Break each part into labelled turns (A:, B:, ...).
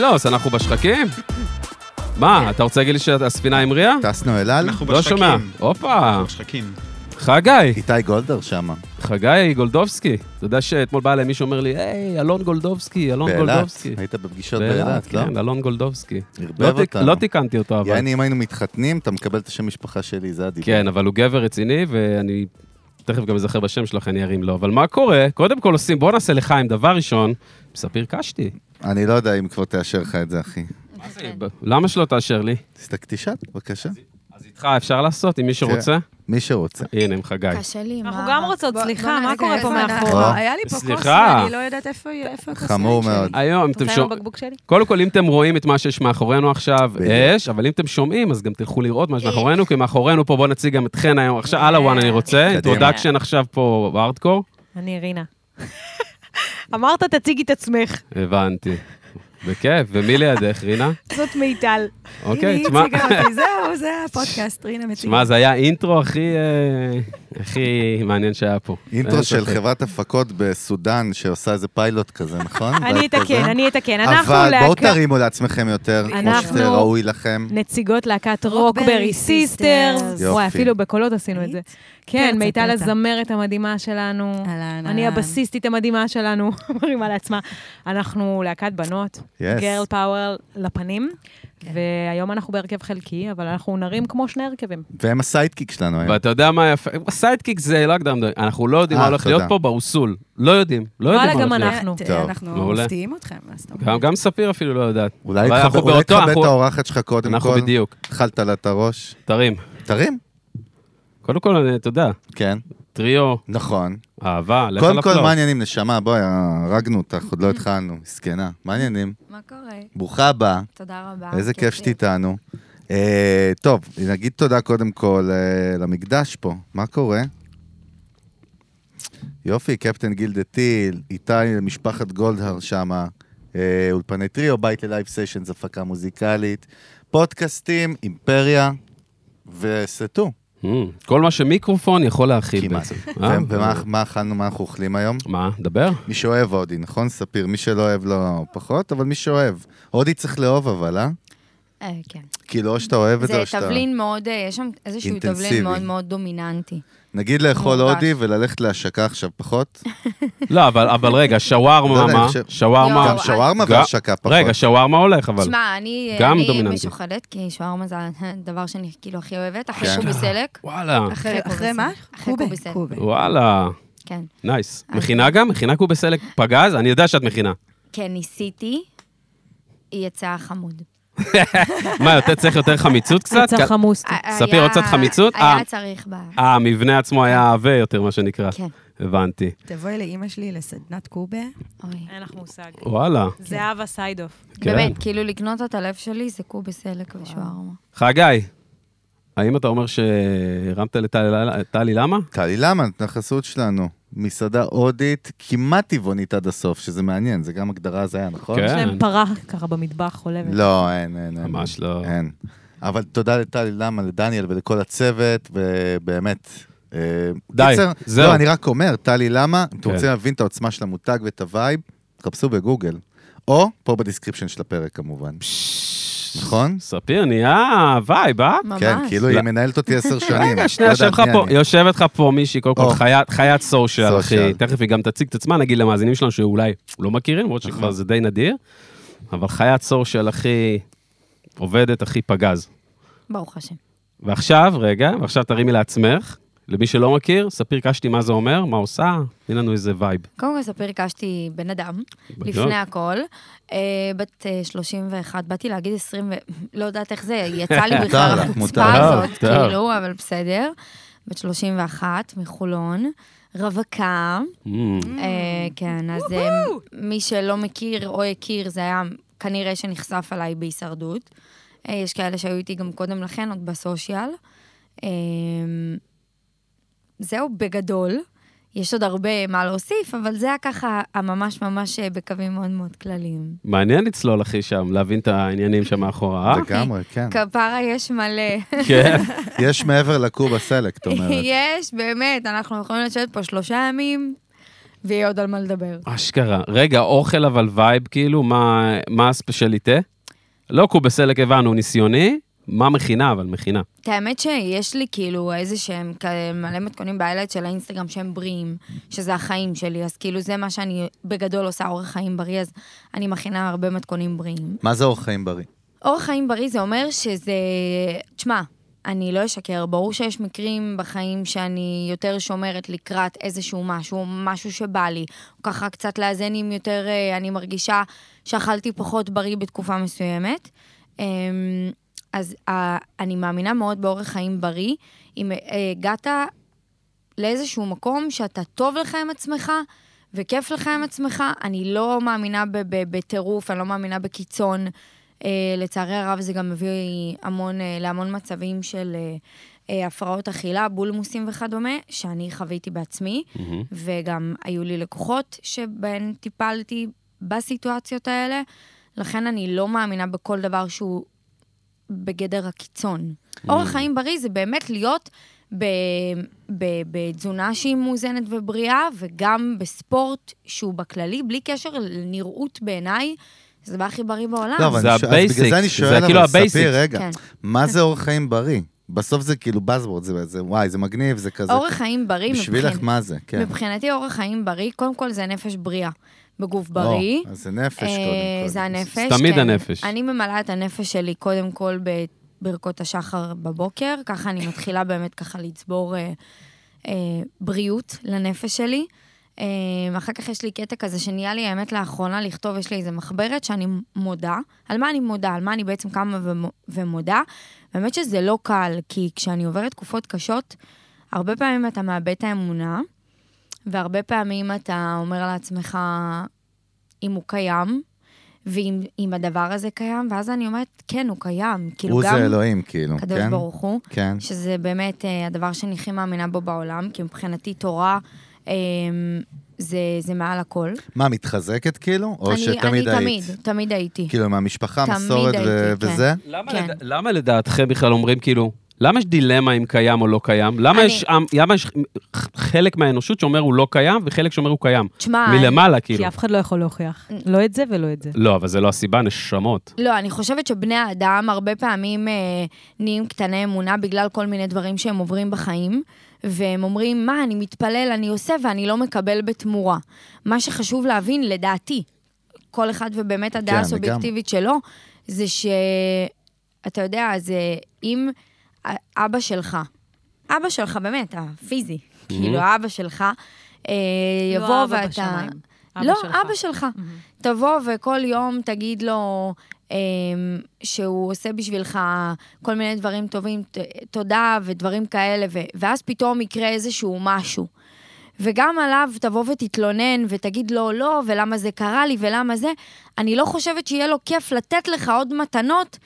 A: כאוס, אנחנו בשחקים?
B: כן.
A: מה, אתה רוצה להגיד לי שהספינה המריאה?
B: טסנו אל על?
C: אנחנו
A: לא
C: בשחקים.
A: שומע. הופה,
C: אנחנו בשחקים.
A: חגי,
B: איתי גולדר שמה.
A: נכון, חגי גולדובסקי. אתה יודע שאתמול בא אליי מישהו אומר לי, היי, אלון גולדובסקי, אלון
B: באילת.
A: גולדובסקי.
B: היית בפגישות באילת, לא?
A: כן, אלון גולדובסקי.
B: ערבב
A: לא תיק-
B: אותנו.
A: לא תיקנתי אותו, אבל.
B: יעני, אם היינו מתחתנים, אתה מקבל את השם משפחה שלי, זה הדיבור.
A: כן, אבל הוא גבר רציני, ואני תכף גם אזכר בשם שלך, אני ארים לו. אבל מה קורה? קודם כל עושים, בוא נעשה לחיים, דבר ראשון, ספיר קשתי.
B: אני לא יודע אם כבר תאשר לך את זה, אחי.
A: למה שלא תאשר לי?
B: תסתכל תשאל, בבקשה.
A: אז איתך אפשר לעשות, עם מי
B: כן.
A: שרוצה?
B: מי שרוצה.
A: הנה, עם חגי.
D: קשה לי, מה?
E: אנחנו גם רוצות,
D: בוא-
E: סליחה,
D: בוא
E: מה
D: נרגע,
E: קורה פה
D: איפה אנחנו?
E: מאחורה?
B: או.
D: היה לי פה כוס,
A: אה, סליחה.
D: ואני לא יודעת איפה איפה הכוס
B: חמור
D: יין שלי.
B: מאוד.
A: היום, אם אתם
E: רוצה עם
A: שומעים...
E: הבקבוק שלי?
A: קודם כל, אם אתם רואים את מה שיש מאחורינו עכשיו,
B: בדיוק.
A: יש, אבל אם אתם שומעים, אז גם תלכו לראות מה שמאחורינו, כי מאחורינו פה, בואו נציג גם את חן היום. עכשיו, על הוואן אני רוצה,
B: קדימה.
A: אינטרודקשן עכשיו פה בארדקור.
E: אני רינה. אמרת, תציגי את עצמך.
A: הבנתי. בכיף, ומי לידך, רינה?
E: זאת מיטל.
A: אוקיי,
D: הנה,
A: תשמע,
D: היא הציגה אותי, זהו, זה הפודקאסט, רינה מציגה.
A: תשמע, זה היה אינטרו הכי אה, הכי מעניין שהיה פה. אין
B: אינטרו של
A: ספק.
B: חברת הפקות בסודאן שעושה איזה פיילוט כזה, נכון?
E: אני
B: ואת כזה?
E: אתקן, אני אתקן. אנחנו
B: אבל בואו
E: להקה-
B: תרימו לעצמכם יותר, כמו
E: אנחנו-
B: שזה ראוי לכם.
E: נציגות להקת
D: רוקברי
E: רוקברי סיסטר.
D: סיסטרס.
B: יופי.
E: וואי, אפילו בקולות עשינו את זה.
D: היית?
E: כן,
D: פרצה,
E: מיטל
D: פרצה.
E: הזמרת המדהימה שלנו.
D: אהלן,
E: אני
D: אהלן.
E: הבסיסטית המדהימה שלנו, מרימה לעצמה. אנחנו להקת בנות,
B: Yes.
E: גרל פאוור לפנים,
D: כן.
E: והיום אנחנו בהרכב חלקי, אבל אנחנו נרים כמו שני הרכבים.
B: והם הסיידקיק שלנו היום.
A: ואתה יודע מה יפה? סיידקיק זה לא הקדם, אנחנו לא יודעים
B: אה,
A: מה הולך
B: תודה.
A: להיות פה באוסול. לא יודעים, לא יודעים מה
E: וואלה,
A: הולך
E: גם
A: להיות.
E: אנחנו.
D: ת-
B: טוב,
D: אנחנו
A: מעולה.
D: מפתיעים אתכם, מה זאת אומרת?
A: גם- גם ספיר אפילו לא יודעת.
B: אולי
A: אבל
B: תכבד
A: אנחנו
B: אולי
A: באותו-
B: תכבד
A: אנחנו-
B: את נכון? האורחת שלך קודם
A: אנחנו
B: כל.
A: בדיוק.
B: אכלת לה את הראש.
A: תרים.
B: תרים.
A: קודם כל, אני- אתה יודע,
B: כן.
A: טריו,
B: נכון.
A: אהבה, לך על
B: קודם כל,
A: הפלואו.
B: מה העניינים, נשמה? בואי, אה, הרגנו אותך, עוד לא התחלנו, מסכנה. מה העניינים?
D: מה קורה?
B: ברוכה הבאה,
D: תודה רבה.
B: איזה כיף שאת
D: אה, לי.
B: איתנו. אה, טוב, נגיד תודה קודם כל אה, למקדש פה, מה קורה? יופי, קפטן גילדה טיל, איתי משפחת גולדהר שמה, אה, אולפני טריו, בית ללייב סשנס, הפקה מוזיקלית, פודקאסטים, אימפריה וסטו,
A: אמ, כל מה שמיקרופון יכול להכיל
B: כמעט.
A: בעצם.
B: ו-
A: אה?
B: ומה מה אכלנו, מה אנחנו אוכלים היום?
A: מה, דבר?
B: מי שאוהב הודי, נכון, ספיר? מי שלא אוהב לא פחות, אבל מי שאוהב. הודי צריך לאהוב אבל, אה?
D: אה, כן.
B: כאילו, או שאתה אוהב את זה
D: זה
B: או שאתה...
D: תבלין מאוד, אה, יש שם איזשהו
B: אינטנסיבי.
D: תבלין מאוד מאוד דומיננטי.
B: נגיד לאכול
D: מורגש.
B: הודי וללכת להשקה עכשיו פחות?
A: לא, אבל אבל רגע,
B: לא
A: שווארמה
B: יודע,
A: מה?
B: אני חושב-
D: לא,
A: שווארמה...
B: גם שווארמה
A: גם-
B: והשקה פחות.
A: רגע, שווארמה הולך, אבל...
D: תשמע, אני אה,
A: גם
D: אני
A: דומיננטי.
D: משוחדת, כי שווארמה זה הדבר שאני כאילו הכי אוהבת, אחרי
B: כן.
D: קובי סלק.
A: וואלה,
D: אחרי
F: אחרי-
D: קובי
F: אחרי
D: סלק.
F: מה?
D: אחרי קובי סלק,
F: קובה.
A: וואלה,
D: כן.
A: נייס. מכינה גם? מכינה קובי סלק פגז? אני יודע שאת מכינה.
D: כן, ניסיתי, היא יצאה חמוד.
A: מה, יותר צריך יותר חמיצות קצת?
E: קצת
D: אה,
E: חמוסתי.
A: ספיר,
D: היה-
A: עוד קצת חמיצות? אה.
D: היה צריך ב...
A: אה, המבנה עצמו היה עבה יותר, מה שנקרא.
D: כן.
A: הבנתי.
F: תבואי לאימא שלי לסדנת קובה.
D: אוי.
B: כן.
E: אין לך מושג.
B: אוקיי.
A: וואלה.
E: זהבה סיידוף.
A: כן.
D: באמת, כאילו לקנות את הלב שלי זה קובי סלק ושווארמה.
A: חגי, האם אתה אומר שהרמת לטלי טלי למה?
B: טלי, למה? את החסות שלנו. מסעדה הודית כמעט טבעונית עד הסוף, שזה מעניין, זה גם הגדרה הזיה, נכון?
A: כן.
E: יש להם פרה ככה במטבח חולבת.
B: לא, אין, אין. אין.
A: ממש לא.
B: אין. אבל תודה לטלי למה, לדניאל ולכל הצוות, ובאמת. אה,
A: די,
B: קיצר,
A: זהו.
B: לא, אני רק אומר, טלי למה, אם אתם
A: כן.
B: רוצים להבין את העוצמה של המותג ואת הווייב, תחפשו בגוגל. או פה בדיסקריפשן של הפרק כמובן. נכון?
A: ספיר, נהיה וייב, אה?
D: ממש.
B: כן, כאילו
A: לא.
B: היא מנהלת אותי עשר שנים.
A: רגע, שנייה,
B: לא
A: יושב
B: יודעת
A: לך
B: מי
A: פה-
B: אני.
A: יושבת לך פה מישהי, קודם כל
B: או.
A: חיית- חיית סושיאל, אחי.
B: סושיאל.
A: תכף היא גם תציג את עצמה, נגיד למאזינים שלנו שאולי לא מכירים, למרות
B: נכון.
A: שכבר זה די נדיר, אבל חיית סושיאל, אחי, עובדת, אחי, פגז.
D: ברוך השם.
A: ועכשיו, רגע, ועכשיו תרימי לעצמך, למי שלא מכיר, ספיר קשתי מה זה אומר, מה עושה, תני לנו איזה וייב.
D: קודם כל ספיר קשתי בן אדם,
A: בן
D: לפני
A: אדם.
D: הכל. אה, בת אה, 31, באתי להגיד 20, ו... לא יודעת איך זה, יצא לי
B: מותר
D: בכלל
B: לך, מותר.
D: החוצפה הזאת,
A: מותר.
D: כאילו, אבל בסדר. בת 31, מחולון, רווקה.
B: Mm.
A: אמ,
D: אה, כן, אז אה, מי שלא מכיר או הכיר, זה היה כנראה שנחשף עליי בהישרדות. אה, יש כאלה שהיו איתי גם קודם לכן, עוד בסושיאל. אה, זהו, בגדול. יש עוד הרבה מה להוסיף, אבל זה היה ככה הממש ממש אה, בקווים מאוד מאוד כלליים.
A: מעניין לצלול, אחי, שם, להבין את העניינים שמאחורה, אה?
B: לגמרי, כן.
D: כפרה יש מלא.
A: כן.
B: יש מעבר לקובה סלקט, אומרת.
D: יש, באמת, אנחנו יכולים לשבת פה שלושה ימים, ויהיה עוד על מה לדבר.
A: אשכרה. רגע, אוכל אבל וייב, כאילו, מה, מה הספיישליטה? לא קובסלק הבנו, ניסיוני. מה מכינה, אבל מכינה.
D: את האמת שיש לי כאילו איזה שהם כאלה מלא מתכונים בהיילייט של האינסטגרם שהם בריאים, שזה החיים שלי, אז כאילו זה מה שאני בגדול עושה, אורח חיים בריא, אז אני מכינה הרבה מתכונים בריאים.
B: מה זה אורח חיים בריא?
D: אורח חיים בריא זה אומר שזה... תשמע, אני לא אשקר, ברור שיש מקרים בחיים שאני יותר שומרת לקראת איזשהו משהו, משהו שבא לי. ככה קצת לאזן עם יותר, אה, אני מרגישה שאכלתי פחות בריא בתקופה מסוימת. אמ, אז אה, אני מאמינה מאוד באורח חיים בריא. אם אה, הגעת לאיזשהו מקום שאתה טוב לך עם עצמך, וכיף לך עם עצמך, אני לא מאמינה ב- ב- בטירוף, אני לא מאמינה בקיצון. אה, לצערי הרב זה גם מביא המון, אה, להמון מצבים של אה, אה, הפרעות אכילה, בולמוסים וכדומה, שאני חוויתי בעצמי,
A: מהמם.
D: וגם היו לי לקוחות שבהן טיפלתי בסיטואציות האלה, לכן אני לא מאמינה בכל דבר שהוא בגדר הקיצון.
B: Mm.
D: אורח חיים בריא זה באמת להיות ב- ב- בתזונה שהיא מאוזנת ובריאה, וגם בספורט שהוא בכללי, בלי קשר לנראות בעיניי, זה הדבר הכי בריא בעולם.
B: לא, אבל
A: אה. זה
B: אני ש- אז בגלל
A: הבייסיק,
B: זה אני
A: זה
B: שואל,
A: כאילו
B: אבל
A: הבייסיק.
B: ספיר, רגע,
D: כן.
B: מה זה אורח חיים בריא? בסוף זה כאילו buzzword, זה- זה וואי, זה מגניב, זה כזה.
D: אורח חיים בריא, מבחינ-
B: בשבילך מה זה, כן.
D: מבחינתי אורח חיים בריא, קודם כל זה נפש בריאה בגוף בריא.
B: או, לא, אז זה נפש קודם
D: אה,
B: כל.
D: זה הנפש.
A: זה תמיד
D: כן.
A: הנפש.
D: אני ממלאה את הנפש שלי קודם כל ב- ברכות השחר בבוקר, ככה אני מתחילה באמת ככה לצבור אה, אה, בריאות לנפש שלי. אה, אחר כך יש לי קטע כזה שנהיה לי, האמת, לאחרונה לכתוב, יש לי איזה מחברת שאני מודה. על מה אני מודה? על מה אני בעצם קמה ומו- ומודה? באמת שזה לא קל, כי כשאני עוברת תקופות קשות, הרבה פעמים אתה מאבד את האמונה, והרבה פעמים אתה אומר לעצמך אם הוא קיים, ואם אם הדבר הזה קיים, ואז אני אומרת, כן, הוא קיים. כאילו
B: הוא
D: גם
B: זה אלוהים, כאילו,
D: הקדוש
B: כן?
D: ברוך הוא,
B: כן.
D: שזה באמת אה, הדבר שאני הכי מאמינה בו בעולם, כי מבחינתי תורה אה, זה, זה מעל הכל.
B: מה, מתחזקת כאילו? או
D: אני,
B: שתמיד
D: אני
B: היית?
D: תמיד, תמיד הייתי.
B: כאילו, מהמשפחה,
D: תמיד
B: מסורת ו-
D: הייתי, כן.
B: וזה?
A: למה,
D: כן.
A: לד... למה לדעתכם בכלל אומרים כאילו, למה יש דילמה אם קיים או לא קיים? למה,
D: אני-
A: יש, עם- למה יש חלק מהאנושות שאומר הוא לא קיים וחלק שאומר הוא קיים?
D: תשמע,
A: מלמעלה כאילו.
E: כי אף אחד לא יכול
F: אה.
E: להוכיח. לא את זה ולא את זה.
A: לא, אבל זה לא הסיבה, נשמות.
D: לא, אני חושבת שבני האדם הרבה פעמים אה, נהיים קטני אמונה בגלל כל מיני דברים שהם עוברים בחיים, והם אומרים, מה, אני מתפלל, אני עושה ואני לא מקבל בתמורה. מה שחשוב להבין, לדעתי, כל אחד ובאמת הדעה
B: כן,
D: הסובייקטיבית שלו, זה ש... אתה יודע, זה אם א- אבא שלך, אבא שלך באמת, הפיזי, כאילו אבא שלך, אה,
E: לא
D: יבוא
E: אבא
D: ואתה...
E: בשמיים, אבא
D: לא,
E: שלך.
D: אבא שלך. תבוא וכל יום תגיד לו אמ, שהוא עושה בשבילך כל מיני דברים טובים, ת- תודה ודברים כאלה, ו- ואז פתאום יקרה איזשהו משהו. וגם עליו תבוא ותתלונן ותגיד לו לא, ולמה זה קרה לי ולמה זה. אני לא חושבת שיהיה לו כיף לתת לך עוד מתנות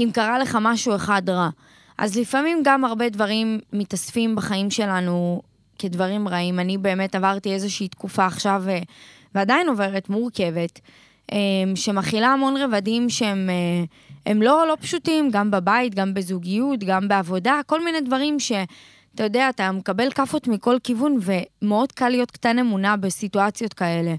D: אם קרה לך משהו אחד רע. אז לפעמים גם הרבה דברים מתאספים בחיים שלנו כדברים רעים. אני באמת עברתי איזושהי תקופה עכשיו, אה, ועדיין עוברת, מורכבת, אה, שמכילה המון רבדים שהם אה, הם לא, לא פשוטים, גם בבית, גם בזוגיות, גם בעבודה, כל מיני דברים ש... אתה יודע, אתה מקבל כאפות מכל כיוון, ומאוד קל להיות קטן אמונה בסיטואציות כאלה.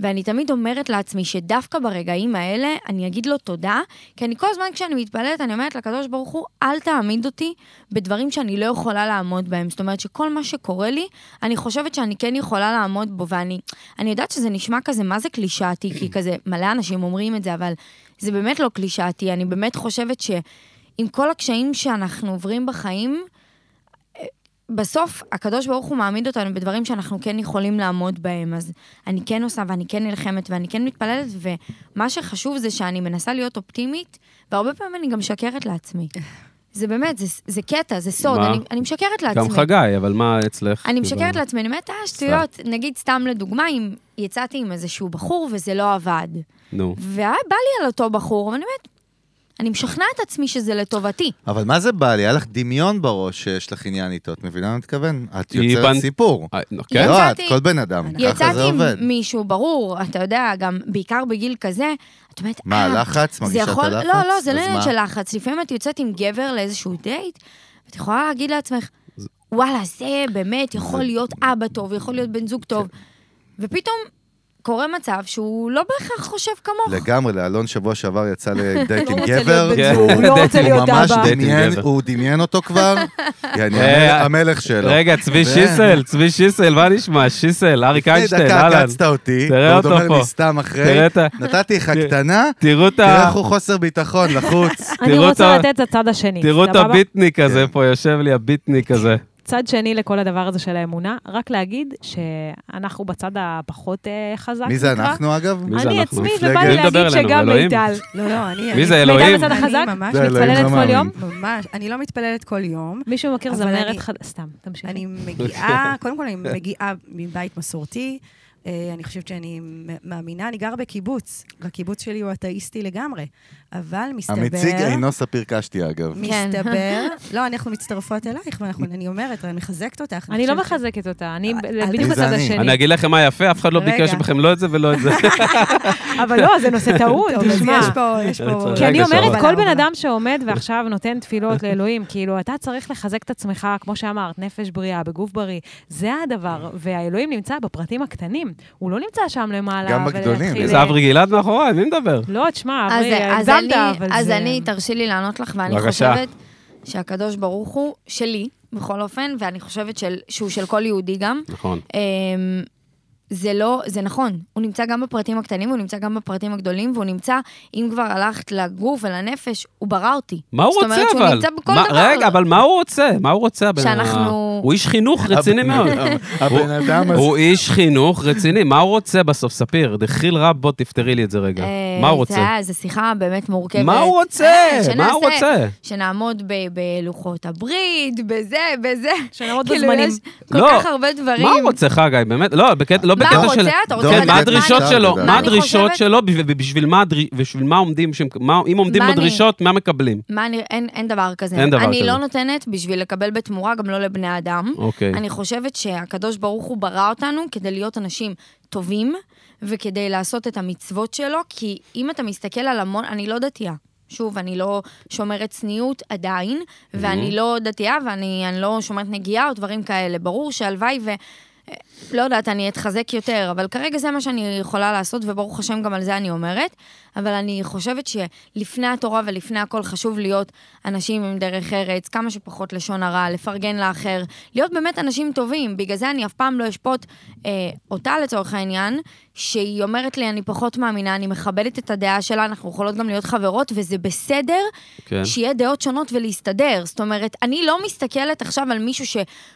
D: ואני תמיד אומרת לעצמי שדווקא ברגעים האלה אני אגיד לו תודה, כי אני כל הזמן כשאני מתפללת, אני אומרת לקדוש ברוך הוא, אל תעמיד אותי בדברים שאני לא יכולה לעמוד בהם. זאת אומרת שכל מה שקורה לי, אני חושבת שאני כן יכולה לעמוד בו, ואני אני יודעת שזה נשמע כזה, מה זה קלישאתי? כי כזה, מלא אנשים אומרים את זה, אבל זה באמת לא קלישאתי. אני באמת חושבת שעם כל הקשיים שאנחנו עוברים בחיים, בסוף הקדוש ברוך הוא מעמיד אותנו בדברים שאנחנו כן יכולים לעמוד בהם, אז אני כן עושה ואני כן נלחמת ואני כן מתפללת, ומה שחשוב זה שאני מנסה להיות אופטימית, והרבה פעמים אני גם משקרת לעצמי. זה באמת, זה, זה קטע, זה סוד,
A: מה?
D: אני, אני משקרת לעצמי.
A: גם חגי, אבל מה אצלך?
D: אני
A: כאילו?
D: משקרת לעצמי, אני אומרת, אה, שטויות. נגיד, סתם לדוגמה, אם יצאתי עם איזשהו בחור וזה לא עבד,
A: נו.
D: והיה בא לי על אותו בחור, ואני אומרת, אני משכנעת את עצמי שזה לטובתי.
B: אבל מה זה בא לי? היה לך דמיון בראש שיש לך עניין איתו, את מבינה מה אני מתכוון? את
A: היא
B: יוצרת
A: בנ-
B: סיפור.
A: אה, נו,
D: היא
A: כן?
B: לא, את
D: יצאתי-
B: כל בן אדם, ככה
D: יצאתי
B: זה עובד.
D: עם מישהו, ברור, אתה יודע, גם בעיקר בגיל כזה, את אומרת, אה...
B: מה, לחץ?
D: זה
B: מרגישה את
D: יכול...
B: הלחץ?
D: לא, לא, זה לא
B: אז
D: עניין
B: מה?
D: של לחץ. לפעמים את יוצאת עם גבר לאיזשהו דייט, ואת יכולה להגיד
B: כן.
D: לעצמך, וואלה, זה באמת יכול להיות אבא טוב, יכול להיות בן זוג טוב. ופתאום קורה מצב שהוא לא בהכרח חושב כמוך.
B: לגמרי, לאלון שבוע שעבר יצא לדייט עם
E: לא רוצה
B: גבר.
E: להיות
A: בן זוג,
B: הוא
A: הוא לא
E: רוצה להיות
B: ממש
E: אבא.
B: דמיין-
A: דייט עם גבר.
B: הוא דמיין אותו כבר, יעני,
A: אה,
B: המל- המלך שלו.
A: רגע, צבי שיסל, צבי שיסל, מה נשמע? שיסל, אריק
B: לפני
A: איינשטיין,
B: דקה
A: אהלן.
B: עקצת אותי,
A: תראה
B: ועוד
A: אותו
B: אומר לי
A: פה.
B: סתם אחרי,
A: תראה את ה... כן.
B: נתתי לך
A: תראה-
B: קטנה,
A: תראו את
B: תראה
A: ה...
B: איך הוא חוסר ביטחון, לחוץ.
E: אני
A: תראו את
E: רוצה
A: ה-
E: לתת את הצד
D: אה,
E: השני,
A: תראו את
E: סבבה?
A: הביטניק הזה
B: כן.
A: פה, יושב לי הביטניק הזה.
E: צד שני לכל הדבר הזה של האמונה, רק להגיד שאנחנו בצד הפחות אה, חזק.
B: מי זה
E: נקרא. אה,
B: אנחנו אגב?
A: מי זה
E: אני
A: אנחנו?
E: עצמי,
B: מפלגת-
E: ובא
B: מי
E: לי להגיד
A: מדבר אלינו?
E: שגם
A: אלוהים?
E: מיטל.
F: לא, לא, אני...
A: מי זה,
F: אני-
A: אלוהים?
E: מיטל בצד החזק,
F: אני ממש
B: זה אלוהים
E: מתפללת
B: לא
E: אה, כל
B: מאמין.
E: יום.
F: ממש, אני לא מתפללת כל יום.
E: מישהו מכיר
F: אבל
E: זמרת
F: אני-
E: חד... סתם, תמשיכי.
F: אני
B: אוקיי.
F: מגיעה, קודם כל אני מגיעה מבית מסורתי. אה, אני חושבת שאני מ- מאמינה, אני גרה בקיבוץ. הקיבוץ שלי הוא אתאיסטי לגמרי. אבל מסתבר...
B: המציג אינו ספיר קשתי אגב.
D: כן.
F: מסתבר... לא, אנחנו מצטרפות אלייך, ואנחנו- אני אומרת, אני מחזקת אותך.
E: אני לא
F: חושבת ש-
E: מחזקת אותה, אני ב-
F: אה,
E: בדיוק
B: מי זה
E: בצד
B: אני?
E: השני.
A: אני אגיד לכם מה יפה, אף אחד לא ביקש
F: רגע.
A: בכם לא את זה ולא את זה.
E: אבל לא, זה נושא טעון,
F: טוב, אז
E: תשמע.
F: יש פה- יש פה...
E: כי אני
A: רגע, שרון.
E: אומרת, כל בן אדם שעומד ועכשיו נותן תפילות לאלוהים, כאילו, אתה צריך לחזק את עצמך, כמו שאמרת, נפש בריאה, בגוף בריא. זה הדבר, והאלוהים נמצא בפרטים הקטנים. הוא לא נמצא שם למעלה.
B: גם בגדולים.
E: ולהתחיל-
A: זה אברי גלעד מאחוריי, מי מדבר?
E: לא, תשמע,
D: אז-
E: אברי,
D: אז
E: הגזמת,
D: אני-
E: אבל זה...
D: אז אני, תרשי לי לענות לך, ואני
A: בבקשה.
D: חושבת שהקדוש ברוך הוא שלי, בכל אופן, ואני חושבת של- שהוא של כל יהודי גם.
A: נכון.
D: אמ, זה לא, זה נכון, הוא נמצא גם בפרטים הקטנים, הוא נמצא גם בפרטים הגדולים, והוא נמצא, אם כבר הלכת לגוף ולנפש, הוא ברא אותי.
A: מה הוא רוצה אבל?
D: זאת אומרת שהוא נמצא בכל
A: מה-
D: דבר.
A: רגע, אבל מה הוא רוצה? מה הוא רוצה? הבן אדם?
D: שאנחנו-
A: הוא איש חינוך רציני מאוד.
B: הבן אדם הזה.
A: הוא איש חינוך רציני, מה הוא רוצה בסוף? ספיר, דחיל רב, בוא תפתרי לי את זה רגע.
D: אה,
A: מה הוא
D: זה
A: רוצה?
D: היה- זו שיחה באמת מורכבת.
A: מה הוא רוצה?
D: אה,
A: מה הוא
D: שנעשה-
A: רוצה?
D: שנעמוד ב- בלוחות הברית, בזה, בזה.
E: שנעמוד
D: כאילו,
E: בזמנים.
D: יש כל
A: לא.
D: כך הרבה דברים.
A: מה הוא רוצה, חגי? באמת, לא, בקטע לא
D: מה
A: בקטע
D: הוא
A: של...
D: רוצה? אתה רוצה
A: כן,
B: לדעת
A: מה
B: מה
A: הדרישות
B: אני-
A: שלו?
B: מה
A: מה
D: אני
A: הדרישות
D: חושבת?
A: שלו ובשביל מה הדריש- בשביל מה עומדים, שהם- מה- אם עומדים
D: מה אני-
A: בדרישות, מה מקבלים?
D: מה אני, אין, אין דבר כזה.
A: אין דבר
D: אני
A: כזה.
D: לא נותנת בשביל לקבל בתמורה, גם לא לבני אדם.
A: אוקיי.
D: אני חושבת שהקדוש ברוך הוא ברא אותנו כדי להיות אנשים טובים, וכדי לעשות את המצוות שלו, כי אם אתה מסתכל על המון, אני לא דתייה. שוב, אני לא שומרת צניעות עדיין,
A: Mm-hmm.
D: ואני לא דתייה, ואני אני לא שומרת נגיעה או דברים כאלה. ברור שהלוואי ו... אה, לא יודעת, אני אתחזק יותר, אבל כרגע זה מה שאני יכולה לעשות, וברוך השם גם על זה אני אומרת. אבל אני חושבת שלפני התורה ולפני הכל חשוב להיות אנשים עם דרך ארץ, כמה שפחות לשון הרע, לפרגן לאחר, להיות באמת אנשים טובים. בגלל זה אני אף פעם לא אשפוט אה, אותה לצורך העניין, שהיא אומרת לי, אני פחות מאמינה, אני מכבדת את הדעה שלה, אנחנו יכולות גם להיות חברות, וזה בסדר
A: כן.
D: שיהיה דעות שונות ולהסתדר. זאת אומרת, אני לא מסתכלת עכשיו על מישהו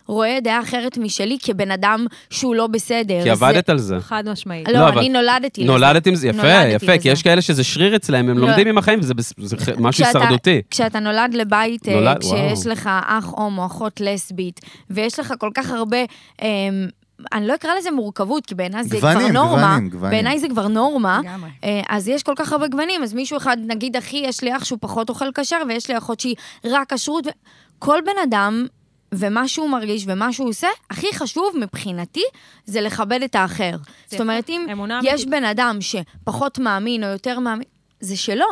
D: שרואה דעה אחרת משלי כבן אדם שהוא לא בסדר.
A: כי עבדת על זה.
E: חד משמעית.
D: זה...
A: לא,
D: לא,
A: אבל-
D: אני נולדתי לזה.
A: נולדת עם זה, יפה,
D: נולדתי
A: יפה, כי
D: לזה.
A: יש כאלה שזה שריר אצלהם, הם
D: לא.
A: לומדים עם החיים, וזה בס- זה ח- משהו
D: כשאתה-
A: הישרדותי.
D: כשאתה נולד לבית, אה,
A: נולד-
D: כשיש
A: וואו.
D: לך אח הומו, אחות לסבית, ויש לך כל כך הרבה... אמ, אני לא אקרא לזה מורכבות, כי בעיניי זה כבר
B: גוונים,
D: נורמה.
B: גוונים, גוונים.
D: בעיניי זה כבר נורמה.
F: לגמרי.
D: אה, אז יש כל כך הרבה גוונים, אז מישהו אחד, נגיד אחי, יש לי אח שהוא פחות אוכל כשר, ויש לי אחות שהיא רק כשרות. ו- כל בן אדם, ומה שהוא מרגיש ומה שהוא עושה, הכי חשוב מבחינתי, זה לכבד את האחר. זאת אומרת, אם
E: אמונה
D: יש
E: אמיתית.
D: בן אדם שפחות מאמין או יותר מאמין, זה שלו.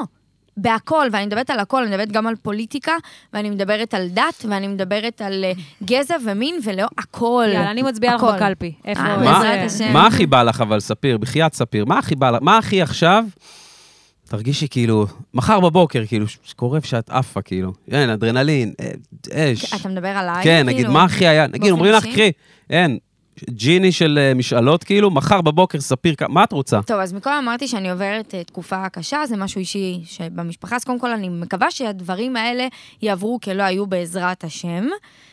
D: בהכל, ואני מדברת על הכל, אני מדברת גם על פוליטיקה, ואני מדברת על דת, ואני מדברת על אה, גזע ומין ולא הכל.
E: יאללה, אני מצביעה לך
D: לא. הכל.
E: בקלפי. איפה...
D: אה,
A: מה-
D: בעזרת
E: איזה-
D: השם.
A: מה הכי בא לך אבל, ספיר, בחייאת ספיר, מה הכי בא לך, מה הכי עכשיו, תרגישי כאילו, מחר בבוקר, כאילו, ש- שקורה שאת עפה, כאילו, אין, אדרנלין, אה, אש.
D: אתה מדבר עליי?
A: כן,
D: כאילו?
A: נגיד, מה הכי היה, נגיד,
D: באופן
A: אומרים לך,
D: אישי?
A: קחי, אין, ג'יני של אה, משאלות, כאילו, מחר בבוקר, ספיר, כ- מה את רוצה?
D: טוב, אז מקודם אמרתי שאני עוברת אה, תקופה קשה, זה משהו אישי שבמשפחה, אז קודם כל אני מקווה שהדברים האלה יעברו כלא היו בעזרת השם.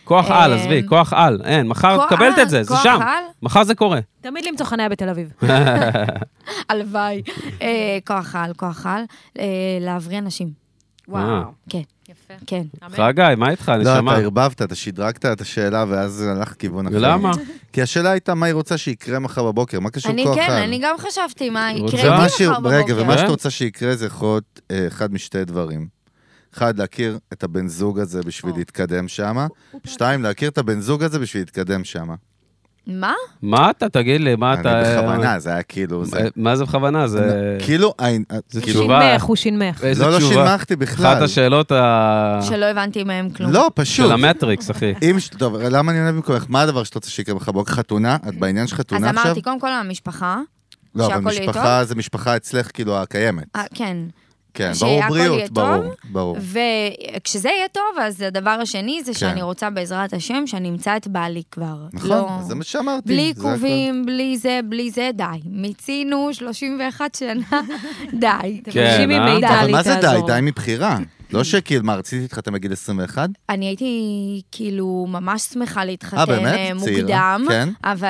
A: כוח
D: אה,
A: על, עזבי, כוח על, אין, מחר את
D: כוח
A: מקבלת
D: על,
A: את זה, זה
D: כוח
A: שם,
D: על.
A: מחר זה קורה.
E: תמיד למצוא חניה בתל אביב.
D: הלוואי. אה, כוח על, כוח על, אה, להבריא אנשים.
A: וואו.
D: כן,
E: יפה.
D: כן.
A: חגי, מה איתך,
B: לא, אתה
A: נשמה?
B: ערבבת, אתה שדרגת את השאלה, ואז זה הלך כיוון אחר.
A: למה?
B: כי השאלה הייתה מה היא רוצה שיקרה מחר בבוקר, מה קשור
D: אני
B: כוח על?
D: כן, אני גם חשבתי מה יקרה
A: רוצה?
D: איתי
B: ומה
D: מחר
B: ש-
D: בבוקר.
B: רגע, ומה
A: כן.
B: שאת רוצה שיקרה זה יכול להיות אה, אחד משתי דברים. אחד, להכיר את הבן זוג הזה בשביל
E: או.
B: להתקדם שמה.
E: הוא- הוא
B: שתיים, להכיר את הבן זוג הזה בשביל להתקדם שמה.
D: מה?
A: מה אתה? תגיד לי, מה
B: אני
A: אתה...
B: בכוונה, זה היה כאילו... זה-
A: אה, מה זה בכוונה? זה...
B: כאילו... אה, אה,
A: זה
E: הוא
A: כאילו-
E: שינמך, הוא שינמך.
A: איזה
B: לא, לא
A: תשובה.
B: שינמכתי בכלל.
A: אחת השאלות ה...
D: שלא הבנתי מהם כלום.
B: לא, פשוט.
A: של המטריקס, אחי.
B: אם... ש- טוב, למה אני עונה במקומך? מה הדבר שאתה רוצה שיקרה לך בבוקר? חתונה? את בעניין של
D: אז
B: חתונה עכשיו?
D: אמרתי, קודם כל המשפחה.
B: לא, אבל
D: שהכל יהיה
B: משפחה זה משפחה אצלך, כאילו, הקיימת.
D: אה, כן.
B: כן,
D: שהכל
B: ברור
D: יהיה
B: בריאות,
D: טוב.
B: ברור, ברור.
D: וכשזה יהיה טוב, אז הדבר השני זה שאני רוצה בעזרת השם שאני אמצא את בעלי כבר. לא-
B: כן. נכון, זה מה שאמרתי.
D: בלי
B: זה הכל.
D: עיכובים, בלי זה, בלי זה, די. מיצינו 31 שנה, די.
A: כן,
E: תבקשי
A: אה?
E: ממני,
D: אבל
E: טלי,
B: אבל מה זה די?
E: תעזור.
B: די מבחירה. לא שכאילו, מה, רציתי להתחתן בגיל 21?
D: אני הייתי כאילו ממש שמחה
B: אה,
D: להתחתן
B: באמת?
D: אה,
B: צעירה.
D: מוקדם,
B: כן.
D: אבל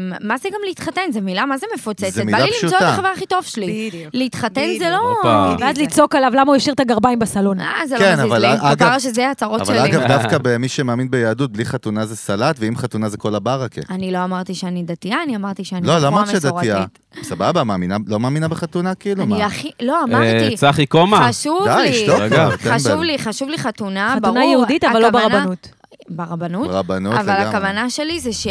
D: אה, מה זה גם להתחתן? זו מילה, מה זה מפוצצת?
B: זו מילה
D: בא לי למצוא את
B: פשוטה.
D: החבר הכי טוב שלי.
F: בדיוק.
D: להתחתן זה
F: בדיוק.
D: לא...
A: הופה.
E: ואז לצעוק עליו למה הוא השאיר את הגרביים בסלון.
D: אה, זה
B: כן,
D: לא מזיז
B: אבל
D: לי.
B: אגב-
D: כפרה שזה הצרות
B: אבל
D: שלי.
B: אגב, דווקא במי שמאמין ביהדות, בלי חתונה זה סלט, ועם חתונה זה כל הברקה.
D: אני לא אמרתי שאני דתייה, אני אמרתי שאני
B: לא,
D: בחורה
B: לא אמרת
D: מסורתית.
B: שדתייה. סבבה, מאמינה, לא מאמינה בחתונה, כאילו, מה?
D: אני הכי... לא,
A: אה,
D: אמרתי.
A: צחי קומה.
D: חשוב
B: די,
D: לי,
B: שתוק כבר, כן, תן
D: חשוב
B: בהם.
D: לי, חשוב לי חתונה, ברור.
E: חתונה יהודית, אבל לא
D: הכוונה-
E: ברבנות.
D: ברבנות?
B: רבנות
D: אבל
B: לגמרי.
D: הכוונה שלי זה ש...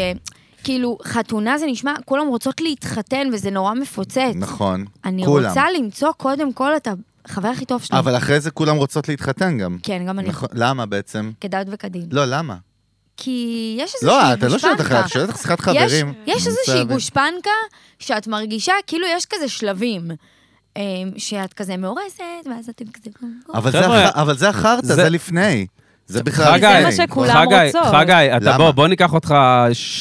D: כאילו, חתונה זה נשמע, כולם רוצות להתחתן, וזה נורא מפוצץ.
B: נכון,
D: אני
B: כולם.
D: רוצה למצוא קודם כל את החבר הכי טוב שלי.
B: אבל אחרי זה כולם רוצות להתחתן גם.
D: כן, גם אני.
B: נכון, למה בעצם?
D: כדת וכדין.
B: לא, למה?
D: כי יש איזושהי
B: לא,
D: גושפנקה.
B: את לא שואלת אחרי, את שואלת חסיכת חברים.
D: יש, יש
B: אני רוצה
D: איזושהי
B: להבין.
D: גושפנקה שאת מרגישה, כאילו יש כזה שלבים. אה, שאת כזה מאורסת, ואז אתם כזה... "אה,
B: אבל זה
A: חבר'ה,
B: אח- אבל זה החרטא,
A: זה-
B: זה לפני. זה בכלל...
A: חגי,
E: זה מה שכולם
A: חגי,
E: רוצות.
A: חגי, אתה
B: למה?
A: בוא, בוא ניקח אותך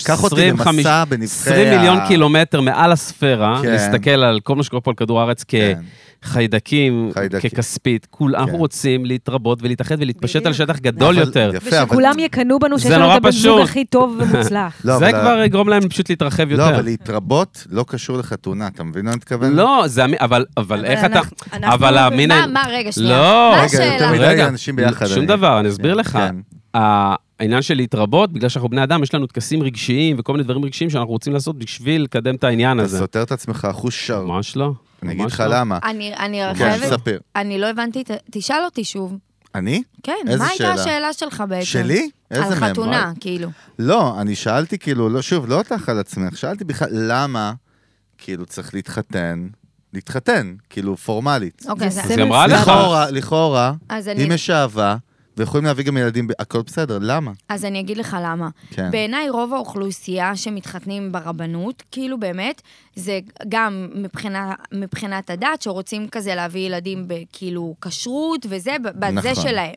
B: קח אותי
A: 20,
B: במסע
A: 50,
B: בנבכי
A: 20
B: ה-
A: מיליון קילומטר מעל הספירה,
B: כן.
A: להסתכל על כל מה שקורה פה על כדור הארץ
B: כן.
A: כחיידקים,
B: חיידקים. כן.
A: ככספית. כול, אנחנו רוצים להתרבות ולהתאחד ולהתפשט על
F: בדיוק.
A: שטח גדול
B: אבל-
A: לא יותר.
B: יפה, אבל-
E: ושכולם יקנאו בנו שיש
A: זה
E: לנו
A: נורא
E: את הבן זוג
A: פשוט.
E: הכי טוב ומוצלח.
B: לא,
A: זה
B: אבל-
A: כבר יגרום להם פשוט להתרחב
B: לא,
A: יותר.
B: אבל להתרבות לא קשור לחתונה, אתה מבין מה אני מתכוון?
A: לא, זה המין, אבל, אבל איך אתה...
F: אנחנו- אנחנו-
A: אבל המין...
D: לא- מה, מה, רגע, שנייה.
A: לא,
D: מה
B: רגע,
D: השאלה?
B: יותר מדי
A: רגע,
B: אנשים ביחד.
A: שום
B: אני-
A: דבר, אני אסביר לך.
B: כן.
A: ה- העניין של להתרבות, בגלל שאנחנו בני אדם, יש לנו טקסים רגשיים וכל מיני דברים רגשיים שאנחנו רוצים לעשות בשביל לקדם את העניין
B: אתה
A: הזה.
B: סותר את עצמך אחוז שר.
A: ממש לא.
B: אני אגיד
A: ממש
B: לך
A: לא.
B: למה.
D: אני, אני
B: כן,
D: חייבת...
B: ספר.
D: אני לא הבנתי, ת- תשאל אותי שוב.
B: אני?
D: כן,
B: איזה
D: מה הייתה
B: שאלה?
D: השאלה שלך בעצם?
B: שלי? איזה
D: על
B: מהם?
D: חתונה, כאילו.
B: לא, אני שאלתי כאילו, לא, שוב, לא אותך על עצמך, שאלתי בכלל למה, כאילו, צריך להתחתן, להתחתן, כאילו, פורמלית.
D: אוקיי,
E: זה
D: אז-
A: אז היא אמרה לך.
B: לכאורה, לכאורה,
D: אז
B: אם
D: אני-
B: יש אהבה, ויכולים להביא גם ילדים, ב- הכל בסדר, למה?
D: אז אני אגיד לך למה.
B: כן.
D: בעיניי רוב האוכלוסייה שמתחתנים ברבנות, כאילו באמת, זה גם מבחינה, מבחינת הדת, שרוצים כזה להביא ילדים בכאילו כשרות וזה, ב- בזה
B: נכון.
D: שלהם.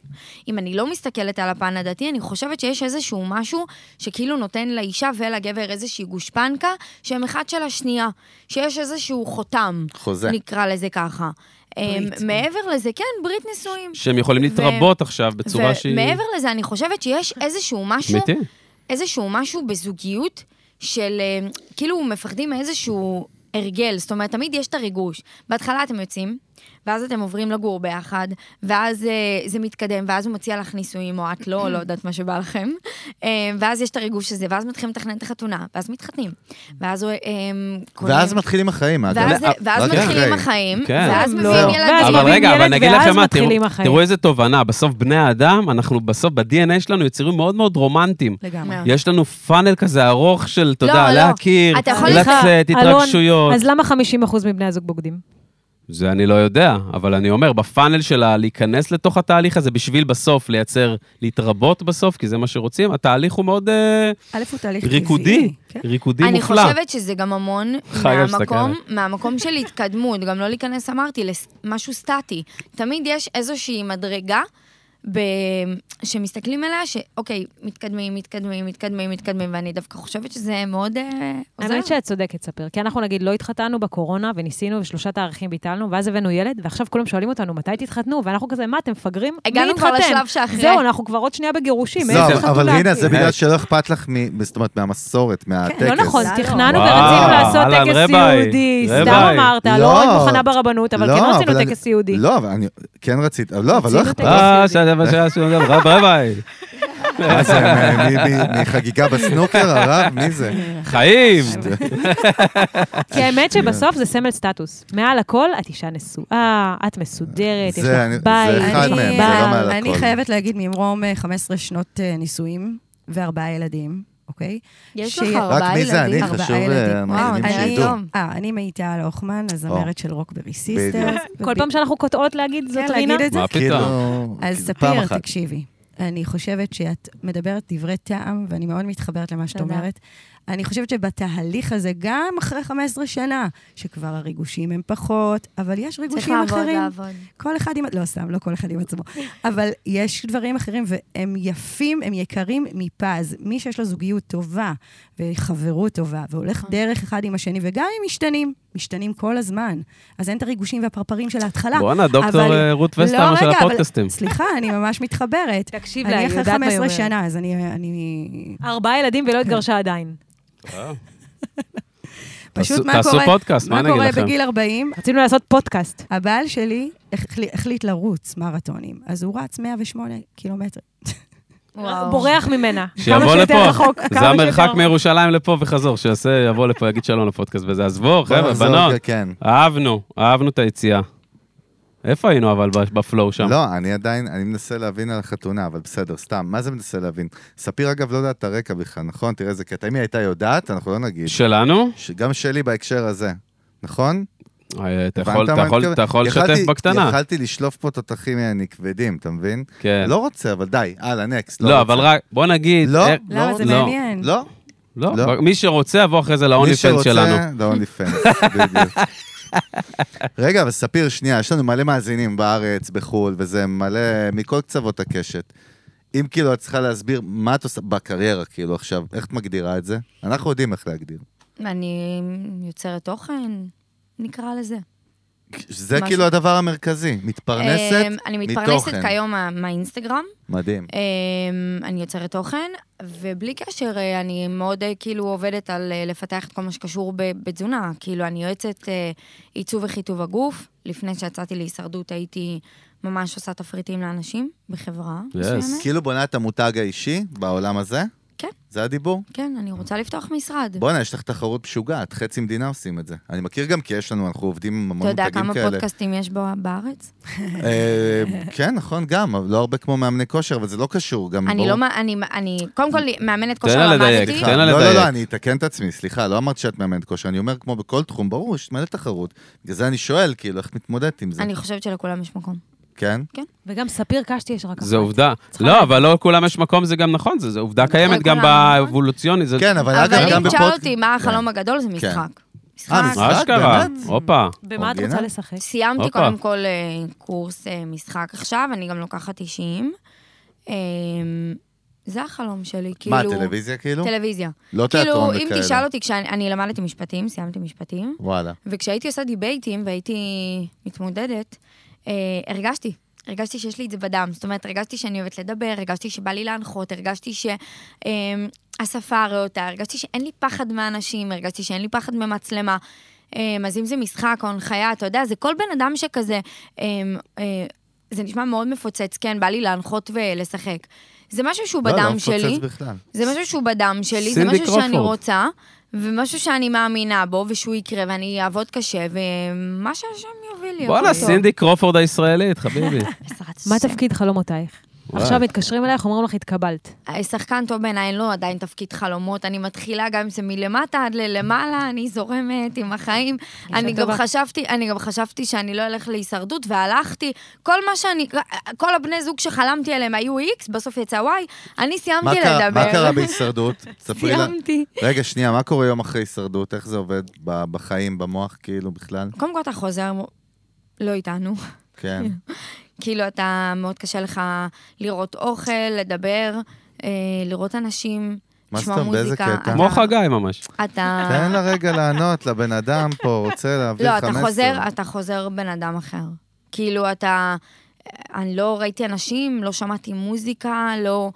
D: אם אני לא מסתכלת על הפן הדתי, אני חושבת שיש איזשהו משהו שכאילו נותן לאישה ולגבר איזושהי גושפנקה, שהם אחד של השנייה, שיש איזשהו חותם,
B: חוזה.
D: נקרא לזה ככה.
F: ברית.
D: אמ, מעבר לזה, כן, ברית נישואים.
A: שהם יכולים להתרבות עכשיו בצורה שהיא... אה?
D: ומעבר לזה, אני חושבת שיש איזשהו משהו...
A: אמיתי.
D: איזשהו משהו בזוגיות של אה, כאילו מפחדים מאיזשהו הרגל, זאת אומרת, תמיד יש את הריגוש. בהתחלה אתם יוצאים, ואז אתם עוברים לגור ביחד, ואז אה, זה מתקדם, ואז הוא מציע לך נישואים, או את לא, לא יודעת מה שבא לכם. אה, ואז יש את הריגוש הזה, ואז מתחילים לתכנן את החתונה, ואז מתחתנים. ואז הוא... אה, קונים-
B: ואז מתחילים החיים, אגב. אה, אוקיי.
D: ואז- אה, ואז
B: רק
D: מתחילים
B: אחרי.
D: החיים,
A: אה, אוקיי. כן.
D: ואז
E: לא.
D: מביאים
E: ואז
D: ילדים.
A: אבל
E: מביאים
A: רגע,
E: ילד
A: אבל אני אגיד לכם
E: ואז
A: מה, תראו-
E: מתחילים החיים.
A: תראו איזה תובנה, בסוף בני האדם, אנחנו בסוף ב-DNA שלנו יצורים מאוד מאוד רומנטיים.
F: לגמרי.
D: מאוד.
A: יש לנו פאנל כזה ארוך של, אתה
D: לא,
A: יודע,
D: לא.
A: להכיר,
D: אתה יכול
A: לצאת,
E: אלון,
A: התרגשויות.
E: אז למה 50% מבני הזוג בוגדים?
A: זה אני לא יודע, אבל אני אומר, בפאנל שלה להיכנס לתוך התהליך הזה בשביל בסוף לייצר, להתרבות בסוף, כי זה מה שרוצים, התהליך הוא מאוד אה,
F: א' הוא תהליך
A: ריקודי,
F: טבעי, כן?
A: ריקודי
D: אני
A: מופלא.
D: חושבת שזה גם המון
A: חי על
D: מהמקום, מהמקום של התקדמות, גם לא להיכנס, אמרתי, למשהו סטטי. תמיד יש איזושהי מדרגה ב... שמסתכלים עליה, שאוקיי, מתקדמים, מתקדמים, מתקדמים, מתקדמים, ואני דווקא חושבת שזה מאוד אה, עוזר.
E: האמת שאת צודקת, ספיר. כי אנחנו נגיד לא התחתנו בקורונה, וניסינו, ושלושה תאריכים ביטלנו, ואז הבאנו ילד, ועכשיו כולם שואלים אותנו מתי תתחתנו, ואנחנו כזה, מה, אתם מפגרים? מי
D: הגענו כבר
E: יתחתן?"
D: לשלב שאחרי.
E: זהו, אנחנו כבר עוד שנייה בגירושים,
B: לא,
E: איזה
B: אבל-
E: חתונה.
B: אבל הנה, זה
E: כאילו.
A: אה,
B: בגלל שלא אכפת לך, מ- זאת אומרת,
D: כן,
B: מהמסורת, מהטקס.
E: לא נכון,
F: לא.
E: תכננו
A: וואו,
E: ורצינו לעשות
A: אהלן,
E: טקס
A: רביי,
E: יהודי, סתם
A: רביי.
E: אמרת,
B: לא.
E: לא היית מוכנה ברבנות, אבל
B: לא,
E: כן רצינו
B: אבל אני-
E: טקס יהודי.
B: לא, אבל אני כן רציתי, לא, אבל לא
E: רצינו
B: אכפת.
E: טקס
A: אה, שאלה, שאלה, שאלה, רב רביי.
B: מה זה, מ- מ- מ- מחגיגה בסנוקר, הרב, מי זה?
A: חיים.
E: כי האמת שבסוף זה סמל סטטוס. מעל הכל, את אישה נשואה, את מסודרת,
B: זה
E: יש
B: אני-
E: לך
B: זה
E: בית,
B: אחד
E: יש
B: מהם,
E: לך
B: זה לא מעל
E: בר.
B: הכל.
F: אני חייבת להגיד, ממרום אה, 15 שנות אה, נישואים וארבעה ילדים, אוקיי?
D: יש
F: ש-
D: לך
F: רק
D: ארבעה
B: רק מי
D: ילדים.
B: זה אני?
F: ארבעה
B: חשוב
F: ילדים.
D: וואו,
B: למאזינים
D: אתה
F: אני-
B: שידעו.
D: היום.
F: אה, אני מאיתל הוכמן, הזמרת של רוקברי סיסטרס.
E: כל פעם שאנחנו קוטעות להגיד זאת
F: כן,
E: רינה?
F: להגיד את זה.
A: מה
B: כאילו,
A: פתאום?
F: אז
B: כאילו, פעם
F: ספיר,
B: אחת.
F: תקשיבי. אני חושבת שאת מדברת דברי טעם, ואני מאוד מתחברת למה שאת
D: תודה.
F: אומרת. אני חושבת שבתהליך הזה, גם אחרי 15 שנה, שכבר הריגושים הם פחות, אבל יש
D: צריך
F: ריגושים
D: לעבוד,
F: אחרים.
D: לעבוד.
F: כל אחד עם... לא, סתם, לא כל אחד עם עצמו. אבל יש דברים אחרים, והם יפים, הם יקרים מפז. מי שיש לו זוגיות טובה וחברות טובה, והולך
D: נכון.
F: דרך אחד עם השני, וגם אם משתנים, משתנים כל הזמן. אז אין את הריגושים והפרפרים של ההתחלה.
A: בואנה, דוקטור
F: אבל-
A: אה, רות
F: לא,
A: וסטהיימר של
F: רגע, אבל-
A: הפודקאסטים.
F: סליחה, אני ממש מתחברת.
E: תקשיב לה,
F: אני
E: היא
F: אחרי
E: יודעת מה היא
F: 15
E: אומרת.
F: שנה, אז אני... אני...
E: ארבעה ילדים ולא התגרשה עדיין.
A: תעשו-
F: פשוט מה
A: תעשו
F: קורה...
A: פודקאסט, מה אני אגיד
F: מה
A: לכם?
F: קורה בגיל 40?
E: רצינו לעשות פודקאסט.
F: הבעל שלי החלי- החליט לרוץ מרתונים, אז הוא רץ 108 קילומטר.
D: וואו.
E: בורח ממנה. כמה
A: שיבוא
E: שיותר
A: לפה,
E: רחוק, כמה
A: זה
E: שיותר
A: המרחק
E: רחוק.
A: מירושלים לפה וחזור, שיעשה, יבוא לפה, יגיד שלום לפודקאסט וזה. עזבו,
B: בוא
A: חבר'ה,
B: נחזור,
A: בנות,
B: כן.
A: אהבנו, אהבנו את היציאה. איפה היינו אבל ב- בפלואו שם?
B: לא, אני עדיין, אני מנסה להבין על החתונה, אבל בסדר, סתם, מה זה מנסה להבין? ספיר, אגב, לא יודעת את הרקע בכלל, נכון? תראה איזה קטע. אם היא הייתה יודעת, אנחנו לא נגיד.
A: שלנו?
B: ש- גם שלי בהקשר הזה, נכון?
A: אה, אתה
B: הבנת
A: יכול- אתה
B: מה אני
A: יכול-
B: מתכוון?
A: אתה יכול לשתף
B: יכלתי-
A: בקטנה.
B: יכלתי לשלוף פה תותחים אה, כבדים, אתה מבין?
A: כן.
B: לא רוצה, אבל די, הלאה, נקסט.
A: לא, אבל רק, בוא נגיד...
B: לא,
A: אה,
B: לא,
F: למה? זה
A: לא.
F: מעניין.
B: לא.
A: לא,
B: לא.
A: מי שרוצה יבוא אחרי זה להוני פנס שלנו.
B: להוני פנס, בדיוק. רגע, אבל ספיר, שנייה, יש לנו מלא מאזינים בארץ, בחו"ל, וזה מלא, מכל קצוות הקשת. אם כאילו את צריכה להסביר מה את עושה בקריירה, כאילו עכשיו, איך את מגדירה את זה? אנחנו יודעים איך להגדיר.
D: אני יוצרת תוכן, נקרא לזה.
B: זה
D: משהו.
B: כאילו הדבר המרכזי, מתפרנסת
D: אמ, אני מתפרנסת
B: מתוכן.
D: כיום מה- מהאינסטגרם.
B: מדהים.
D: אמ, אני יוצרת תוכן, ובלי קשר, אה, אני מאוד אה, כאילו עובדת על אה, לפתח את כל מה שקשור ב- בתזונה. כאילו, אני יועצת אה, עיצוב וחיטוב הגוף. לפני שיצאתי להישרדות הייתי ממש עושה תפריטים לאנשים בחברה
A: Yes.
D: מסוימת.
B: כאילו בונה את המותג האישי בעולם הזה?
D: כן.
B: זה הדיבור?
D: כן, אני רוצה לפתוח משרד.
B: בואנה, יש לך תחרות משוגעת, חצי מדינה עושים את זה. אני מכיר גם כי יש לנו, אנחנו עובדים עם
D: אתה
B: המון
D: יודע
B: מותגים
D: כמה
B: כאלה.
D: פודקאסטים יש בו- בארץ?
B: אה, כן, נכון, גם, אבל לא הרבה כמו מאמני כושר, אבל זה לא קשור, גם...
D: אני
B: ברור.
D: לא, מה- אני, אני, קודם כל מאמנת
A: תן לה
D: כושר
A: לדייק,
D: למדתי.
A: תן לה
B: לא, לא,
A: לדייק.
B: לא, אני אתקן את עצמי, סליחה, לא אמרת שאת מאמנת כושר, אני אומר כמו בכל תחום, ברור, יש מלא תחרות. בגלל זה אני שואל, כאילו, איך את מתמודדת עם זה?
D: אני חושבת שלכולם יש מקום.
B: כן?
E: וגם ספיר קשתי יש רק אחת.
A: זה עובדה.
E: צריכה
A: לא,
E: להגיד.
A: אבל לא לכולם יש מקום, זה גם נכון, זה זה עובדה קיימת גם
D: לכולם, נכון?
A: באבולוציוני. זה-
B: כן, אבל אגב,
D: אבל
B: גם כן.
D: אם תשאל
B: בפודקאסט...
D: אותי
A: כן.
D: מה החלום הגדול, זה משחק. משחק.
B: אה, משחק?
A: אשכרה,
B: באמת?
A: הופה.
E: במה את
B: אורגינל?
E: רוצה לשחק?
D: סיימתי
A: הופה.
D: קודם כל אה, קורס אה, משחק עכשיו, אני גם לוקחת 90. אה, זה החלום שלי, כאילו...
B: מה, טלוויזיה כאילו?
D: טלוויזיה.
B: לא
D: כאילו,
B: תיאטרון
D: אם
B: וכאלה.
D: תשאל אותי, כשאני אני למדתי משפטים, סיימתי משפטים,
B: וואלה.
D: וכשהייתי עושה דיבייטים והייתי מתמודדת, אה, הרגשתי. הרגשתי שיש לי את זה בדם. זאת אומרת, הרגשתי שאני אוהבת לדבר, הרגשתי שבא לי להנחות, הרגשתי אמ, שהשפה הרעותה, הרגשתי שאין לי פחד מאנשים, הרגשתי שאין לי פחד ממצלמה. אה, אז אם זה משחק או הנחיה, אתה יודע, זה כל בן אדם שכזה, אה, אה, זה נשמע מאוד מפוצץ, כן, בא לי להנחות ולשחק. זה משהו שהוא
B: לא,
D: בדם
B: לא
D: שלי.
B: מפוצץ בכלל.
D: זה משהו שהוא בדם שלי, זה
A: סינדי
D: משהו שאני
A: קרופורד.
D: רוצה, ומשהו שאני מאמינה בו, ושהוא יקרה, ואני אעבוד קשה, ומה שהשם יוביל לי.
A: וואלה,
D: הכל טוב.
A: סינדי קרופורד הישראלית, חביבי.
D: בעזרת
E: מה
D: השם.
E: תפקיד חלומותייך?
A: וואי.
E: עכשיו מתקשרים אלייך, אומרים לך, התקבלת.
D: אה, שחקן טוב בעיניי, אין לו עדיין תפקיד חלומות, אני מתחילה גם אם זה מלמטה עד ללמעלה, אני זורמת עם החיים. אני גם,
E: טובה.
D: חשבתי, אני גם חשבתי שאני לא אלך להישרדות, והלכתי. כל מה שאני, כל הבני זוג שחלמתי עליהם היו איקס, בסוף יצא וואי, אני סיימתי
B: מה קרה-
D: לא לדבר.
B: מה קרה בהישרדות? ספרי לה.
D: סיימתי.
B: רגע, שנייה, מה קורה יום אחרי הישרדות? איך זה עובד ב- בחיים, במוח, כאילו, בכלל?
D: קודם כל אתה חוזר, לא איתנו.
B: כן.
D: כאילו, אתה, מאוד קשה לך לראות אוכל, לדבר, אה, לראות אנשים,
B: מה
D: לשמוע
B: זאת אומרת? באיזה
D: מוזיקה.
B: קטע? כן,
A: כמו חגי ממש.
D: אתה... אתה...
B: תן לה רגע לענות לבן אדם פה, רוצה להעביר
D: אה. לא,
B: לך
D: אתה
B: מסר.
D: חוזר, אתה חוזר בן אדם אחר. כאילו, אתה... אני לא ראיתי אנשים, לא שמעתי מוזיקה, לא...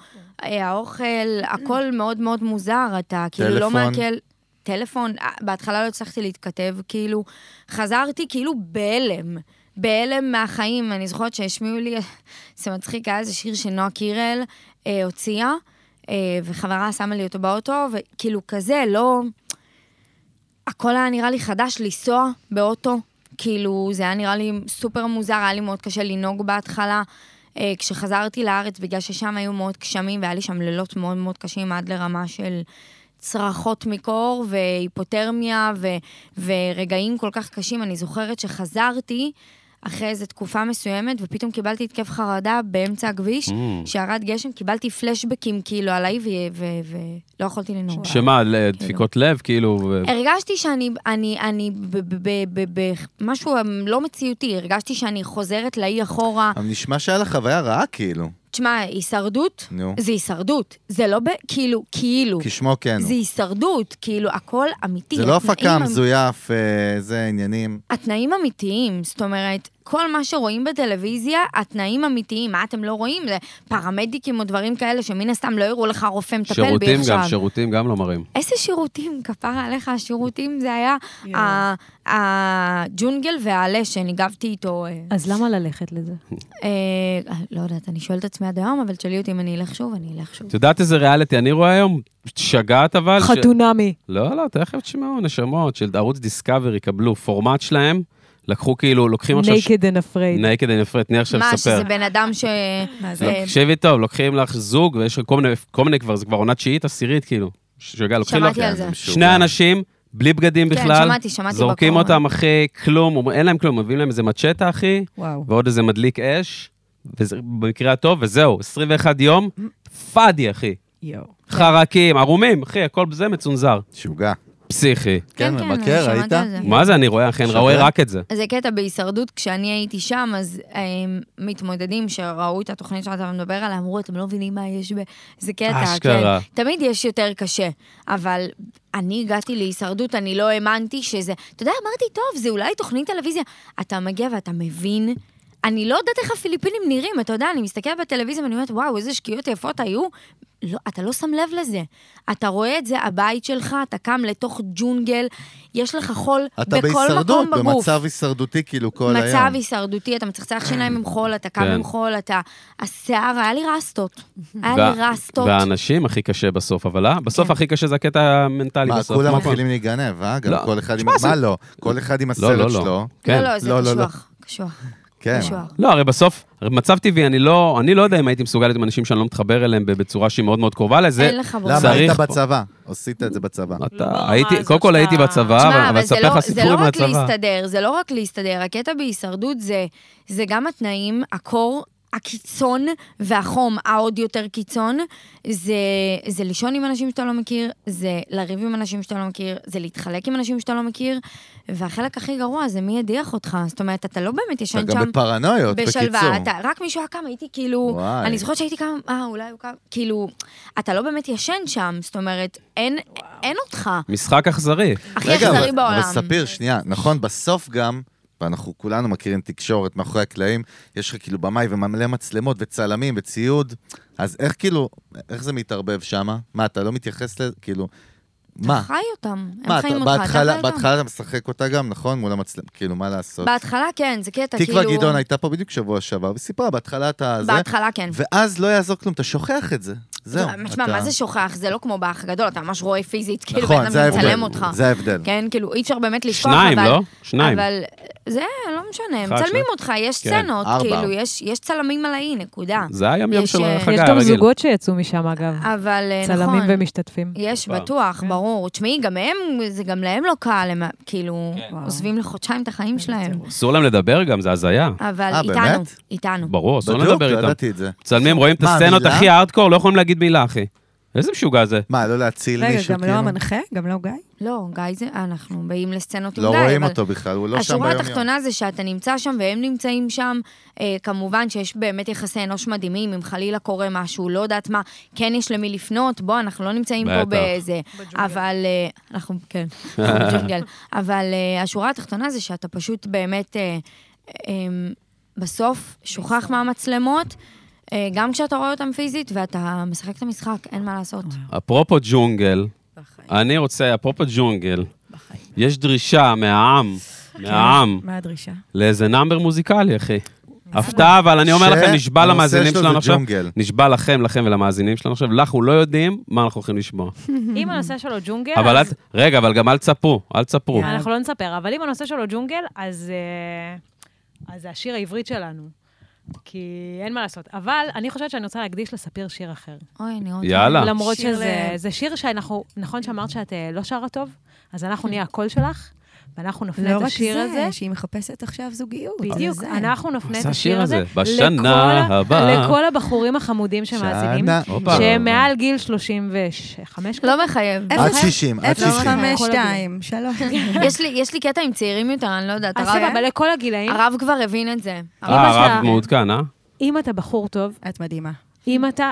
D: אה, האוכל, הכל מאוד מאוד מוזר, אתה כאילו לא
B: טלפון.
D: מעכל... טלפון, אה, בהתחלה לא הצלחתי להתכתב, כאילו, חזרתי כאילו בהלם, בהלם מהחיים. אני זוכרת שהשמיעו לי, זה מצחיק, היה איזה שיר שנועה קירל אה, הוציאה, אה, וחברה שמה לי אותו באוטו, וכאילו כזה, לא... הכל היה נראה לי חדש, לנסוע באוטו. כאילו, זה היה נראה לי סופר מוזר, היה לי מאוד קשה לנהוג בהתחלה. אמ, אה, כשחזרתי לארץ, בגלל ששם היו מאוד גשמים, והיה לי שם לילות מאוד מאוד קשים עד לרמה של צרחות מקור והיפותרמיה ו- ורגעים כל כך קשים, אני זוכרת שחזרתי אחרי איזו תקופה מסוימת, ופתאום קיבלתי התקף חרדה באמצע הכביש,
A: Mm.
D: שירד גשם, קיבלתי פלשבקים כאילו עליי, ולא ו- ו- לא יכולתי לנהוג.
A: שמה, ל- דפיקות לב, כאילו... ו-
D: הרגשתי שאני אני, אני במשהו לא מציאותי, הרגשתי שאני חוזרת לאי אחורה.
B: אבל נשמע שהיה לך חוויה רעה כאילו.
D: תשמע, הישרדות,
B: נו.
D: זה הישרדות. זה לא ב... כאילו, כאילו.
B: כשמו כן
D: זה
B: הוא.
D: הישרדות, כאילו, הכל אמיתי.
B: זה לא
D: התנאים
B: הפקה
D: אמ-
B: מזויף, אה, זה עניינים.
D: התנאים אמיתיים, זאת אומרת, כל מה שרואים בטלוויזיה, התנאים אמיתיים. מה אתם לא רואים? זה פרמדיקים או דברים כאלה, שמן הסתם לא יראו לך רופא מטפל בי
A: שירותים
D: עכשיו.
A: גם, שירותים גם לא מראים.
D: איזה שירותים, כפרה עליך, השירותים זה היה
F: יואו.
D: ה- הג'ונגל והעלה שניגבתי איתו. אה,
E: אז למה ללכת לזה?
D: אה, לא יודעת, אני שואלת את עצמי עד היום, אבל תשאלי אותי אם אני אלך שוב, אני אלך שוב.
A: את יודעת איזה ריאליטי אני רואה היום? משגעת אבל. ש-
E: חתונמי.
A: לא, לא, תכף תשמעו, נשמות של ערוץ דיסקאברי, קבלו פורמט שלהם, לקחו כאילו, לוקחים עכשיו...
E: naked and afraid.
A: נקד אני אפרט, תני עכשיו
D: מה,
A: לספר.
D: שזה בן אדם ש...
F: מה זה?
A: לא,
D: אה,
A: תקשיבי טוב, לוקחים לך זוג, ויש כל מיני, כל מיני כבר, זה כבר עונה תשיעית, עשירית, כאילו. שגע, לוקחים לך
D: שמעתי על זה.
A: שני אנשים, בלי בגדים
D: כן,
A: בכלל.
D: שמעתי, שמעתי
A: זורקים
D: בקורונה.
A: אותם, אחי, כלום, אומרים- אין להם כלום, מביאים להם איזה מצ'טה, אחי,
F: וואו.
A: ועוד איזה מדליק אש, וזה- במקרה הטוב, וזהו, 21 יום, פאדי, אחי.
D: כן.
F: יואו.
A: חרקים, ערומים, אחי, הכל זה מצונזר.
B: שוגע.
A: פסיכי.
B: כן,
D: כן,
B: מבקר,
D: אני שמעתי
B: ראית?
D: על זה.
A: מה זה אני רואה, אחי, אני
B: שווה.
A: רואה רק את זה.
D: זה קטע בהישרדות, כשאני הייתי שם, אז הם מתמודדים שראו את התוכנית שאתה מדבר עליה, אמרו, אתם לא מבינים מה יש ב... זה קטע,
A: אשכרה.
D: כן. תמיד יש יותר קשה, אבל אני הגעתי להישרדות, אני לא האמנתי שזה... אתה יודע, אמרתי, טוב, זה אולי תוכנית טלוויזיה. אתה מגיע ואתה מבין... אני לא יודעת איך הפיליפינים נראים, אתה יודע, אני מסתכלת בטלוויזיה ואני אומרת, וואו, איזה שקיעות יפות היו. לא, אתה לא שם לב לזה. אתה רואה את זה, הבית שלך, אתה קם לתוך ג'ונגל, יש לך חול
B: אתה
D: בכל
B: בהישרדות,
D: מקום בגוף.
B: במצב הישרדותי כאילו כל היום.
D: מצב הישרדותי, אתה מצחצח שיניים עם חול, אתה קם
A: כן.
D: עם חול, אתה... השיער, היה לי רסטות. היה
A: וה-
D: לי רסטות. לא,
A: והאנשים הכי קשה בסוף, אבל אה? בסוף
D: כן.
A: הכי קשה זה הקטע המנטלי
B: מה,
A: בסוף.
B: כולם
A: נכון.
B: מתחילים להיגנב, אה? גם
A: לא.
B: כל אחד עם...
A: שמע, זה-
B: מה לא? כל אחד עם
A: לא,
B: הסרט
A: לא, לא.
B: שלו.
A: כן.
D: לא, לא, זה
B: לא, לא, לא.
D: קשוח. קשוח.
B: כן.
D: קשוח.
A: לא, הרי בסוף, הרי מצב טבעי, אני לא, אני לא יודע אם הייתי מסוגל להיות עם אנשים שאני לא מתחבר אליהם בצורה שהיא מאוד מאוד קרובה לזה.
D: אין לך ברירה.
B: למה
A: צריך
B: היית
A: פה.
B: בצבא? עשית את זה בצבא.
A: אתה,
E: לא,
A: הייתי,
E: מה,
A: קודם
E: זאת
A: כל הייתי
E: שאתה-
A: בצבא, אבל-
D: תשמע,
A: אבל
D: אבל זה
A: אספר
D: לא,
A: לך
D: זה
A: סיפור
D: לא רק
A: מהצבא.
D: להסתדר, זה לא רק להסתדר. הקטע בהישרדות זה, זה גם התנאים, הקור, הקיצון והחום העוד יותר קיצון. זה, זה לישון עם אנשים שאתה לא מכיר, זה לריב עם אנשים שאתה לא מכיר, זה להתחלק עם אנשים שאתה לא מכיר, והחלק הכי גרוע זה מי ידיח אותך. זאת אומרת, אתה לא באמת
B: אתה
D: ישן
B: גם
D: שם
B: בפרנויות, בקיצור.
D: בשלווה. אתה, רק מישהו היה קם, הייתי כאילו...
B: וואי.
D: אני זוכרת שהייתי קם, אה, אולי הוא קם. כאילו, אתה לא באמת ישן שם, זאת אומרת, אין, אין אותך.
A: משחק אכזרי.
D: הכי אכזרי
B: אבל-
D: בעולם.
B: אבל ספיר, שנייה, נכון, בסוף גם, ואנחנו כולנו מכירים תקשורת מאחורי הקלעים, יש לך כאילו במאי ומלא מצלמות וצלמים וציוד, אז איך כאילו, איך זה מתערבב שמה? מה, אתה לא מתייחס ל... כאילו, מה?
D: אתה חי אותם,
B: מה,
D: הם
B: אתה-
D: חיים אותך, אתה חי
B: בהתחלה
D: אותם.
B: בהתחלה אתה משחק אותה גם, נכון? מול המצלמות, כאילו, מה לעשות?
D: בהתחלה כן, זה קטע, כאילו...
B: תקווה גדעון הייתה פה בדיוק שבוע שעבר, וסיפרה, בהתחלה אתה זה,
D: בהתחלה כן.
B: ואז לא יעזור כלום, אתה שוכח את זה. זהו.
D: תשמע,
B: אתה-
D: לא, מה זה שוכח? זה לא כמו באח הגדול, אתה ממש רואה פיזית, כאילו, בן
B: נכון, זה
D: אדם
B: ההבדל.
D: מצלם אותך.
B: זה ההבדל.
D: כן, כאילו, אי אפשר באמת לשכוח, אבל...
A: שניים, לא? שניים.
D: אבל זה, לא משנה,
A: אחד,
D: מצלמים
A: שניים.
D: אותך, יש
A: כן,
D: סצנות,
B: ארבע.
D: כאילו, יש יש צלמים על האי, נקודה.
A: זה היום-יום
D: יש,
A: של
D: אה,
A: חגי
E: יש גם
A: הרגיל.
E: זוגות שיצאו משם, אגב.
D: אבל אה, נכון,
E: צלמים ומשתתפים.
D: יש,
A: וואו.
D: בטוח,
E: כן.
D: ברור. תשמעי, גם הם, זה גם להם לא קל, הם כאילו
A: כן.
E: וואו.
D: עוזבים לחודשיים את החיים שלהם.
A: אסור להם לדבר גם, זה הזיה.
D: אבל
B: אה,
D: איתנו,
B: באמת?
D: איתנו.
A: ברור, אסור להם
B: בדיוק, לא
A: לדבר איתם.
B: ידעתי את זה.
A: מצלמים, רואים את
B: מה,
A: הסצנות
B: מילה?
A: הכי הארדקור, לא יכולים להגיד מילה, אחי. איזה משוגע זה.
B: מה, לא להציל
F: רגע,
B: מישהו,
F: גם לא
B: כאילו?
F: המנחה? גם לא גיא?
D: לא, גיא זה, אנחנו באים לסצנות עם
B: לא
D: גיא,
B: רואים
D: אבל
B: אותו בכלל, הוא לא שם ביום-יום.
D: השורה התחתונה זה שאתה נמצא שם והם נמצאים שם. אה, כמובן שיש באמת יחסי אנוש מדהימים, אם חלילה קורה משהו, לא יודעת מה, כן יש למי לפנות, בוא, אנחנו לא נמצאים פה
A: בטח.
D: באיזה... אבל... אה, אנחנו, כן, אנחנו בג'ונגל. אבל אה, השורה התחתונה זה שאתה פשוט באמת אה, אה, בסוף שוכח מהמצלמות. אה, גם כשאתה רואה אותם פיזית, ואתה משחק את המשחק, אין מה לעשות.
A: אפרופו ג'ונגל, אני רוצה, אפרופו ג'ונגל, יש דרישה מהעם, מהעם,
F: מה הדרישה?
A: לאיזה נאמבר מוזיקלי, אחי. הפתעה, אבל אני אומר
B: ש-
A: לכם, נשבע
B: הנושא
A: למאזינים
B: שלו
A: שלנו
B: זה
A: עכשיו,
B: ג'ונגל.
A: נשבע לכם, לכם ולמאזינים שלנו עכשיו, אנחנו לא יודעים מה אנחנו הולכים לשמוע.
F: Mm-hmm.
E: אם הנושא שלו ג'ונגל,
A: אבל אל,
E: אז...
A: רגע, אבל גם אל תספרו, אל תספרו.
F: יאללה.
E: אנחנו לא נספר, אבל אם הנושא שלו ג'ונגל, אז... אה, אז זה השיר העברית שלנו. כי אין מה לעשות. אבל אני חושבת שאני רוצה להקדיש לספיר שיר אחר.
D: אוי, נראות.
A: יאללה.
E: למרות
F: שיר
E: שזה
F: ל-
E: זה שיר שאנחנו, נכון שאמרת שאת אה, לא שרה טוב, אז אנחנו נהיה הקול שלך, ואנחנו נפנה
F: Mm. לא
E: את
F: רק
E: השיר הזה.
F: זה, שהיא מחפשת עכשיו זוגיות.
E: בדיוק,
F: זה.
E: אנחנו נפנה את
A: עושה
E: השיר
A: השיר
E: הזה.
A: הזה. בשנה
E: לכל-
A: הבאה.
E: לכל הבחורים החמודים שמאזינים,
B: שנה.
A: הופה.
E: שהם מעל גיל 35.
D: לא מחייב.
F: אפס
B: עד 60, עד 60.
F: אפס חמש,
E: כל
F: שתיים, שלוש.
D: יש לי- יש לי קטע עם צעירים יותר, אני לא יודעת.
E: אז
D: הרב-
E: סבבה, לכל הגילאים,
D: הרב כבר הבין את זה.
E: אמא
A: אה, הרב
E: שלה-
A: מעודכן, אה?
E: אם אתה בחור טוב,
F: את מדהימה.
E: אם אתה...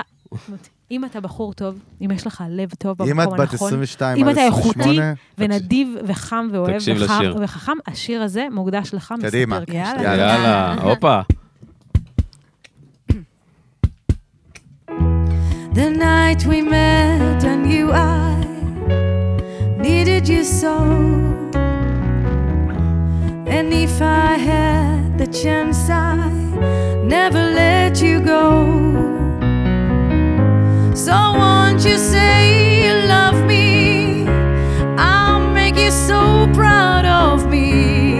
E: אם אתה בחור טוב, אם יש לך לב טוב
B: אם
E: במקום
B: את
E: הנכון,
B: בת 22
E: נכון. אם
B: עד
E: אתה איכותי
B: 28,
E: ונדיב וחם ואוהב
A: תקשיב
E: וחם,
A: לשיר.
E: וחכם, השיר הזה מוקדש לך מספיר.
B: קדימה.
E: קשת.
F: יאללה.
B: יאללה.
A: יאללה, הופה.
F: The night we met and you I needed you so And if I had the chance I never let you go So won't you say you love me I'll make you so proud of me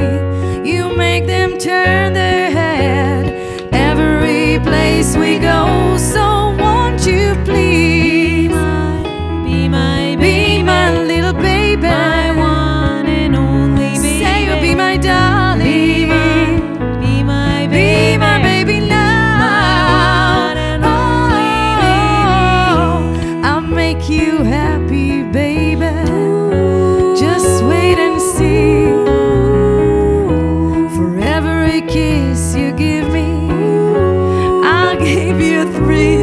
F: You make them turn their head every place we go So won't you please
E: Be my
F: be my little baby.
E: my one and only baby.
F: Say you'll be my darling. Be my,
E: Be my baby.
F: baby now. oh, I'll make you happy, baby. Just wait and see. For every kiss you give me, I'll give you three.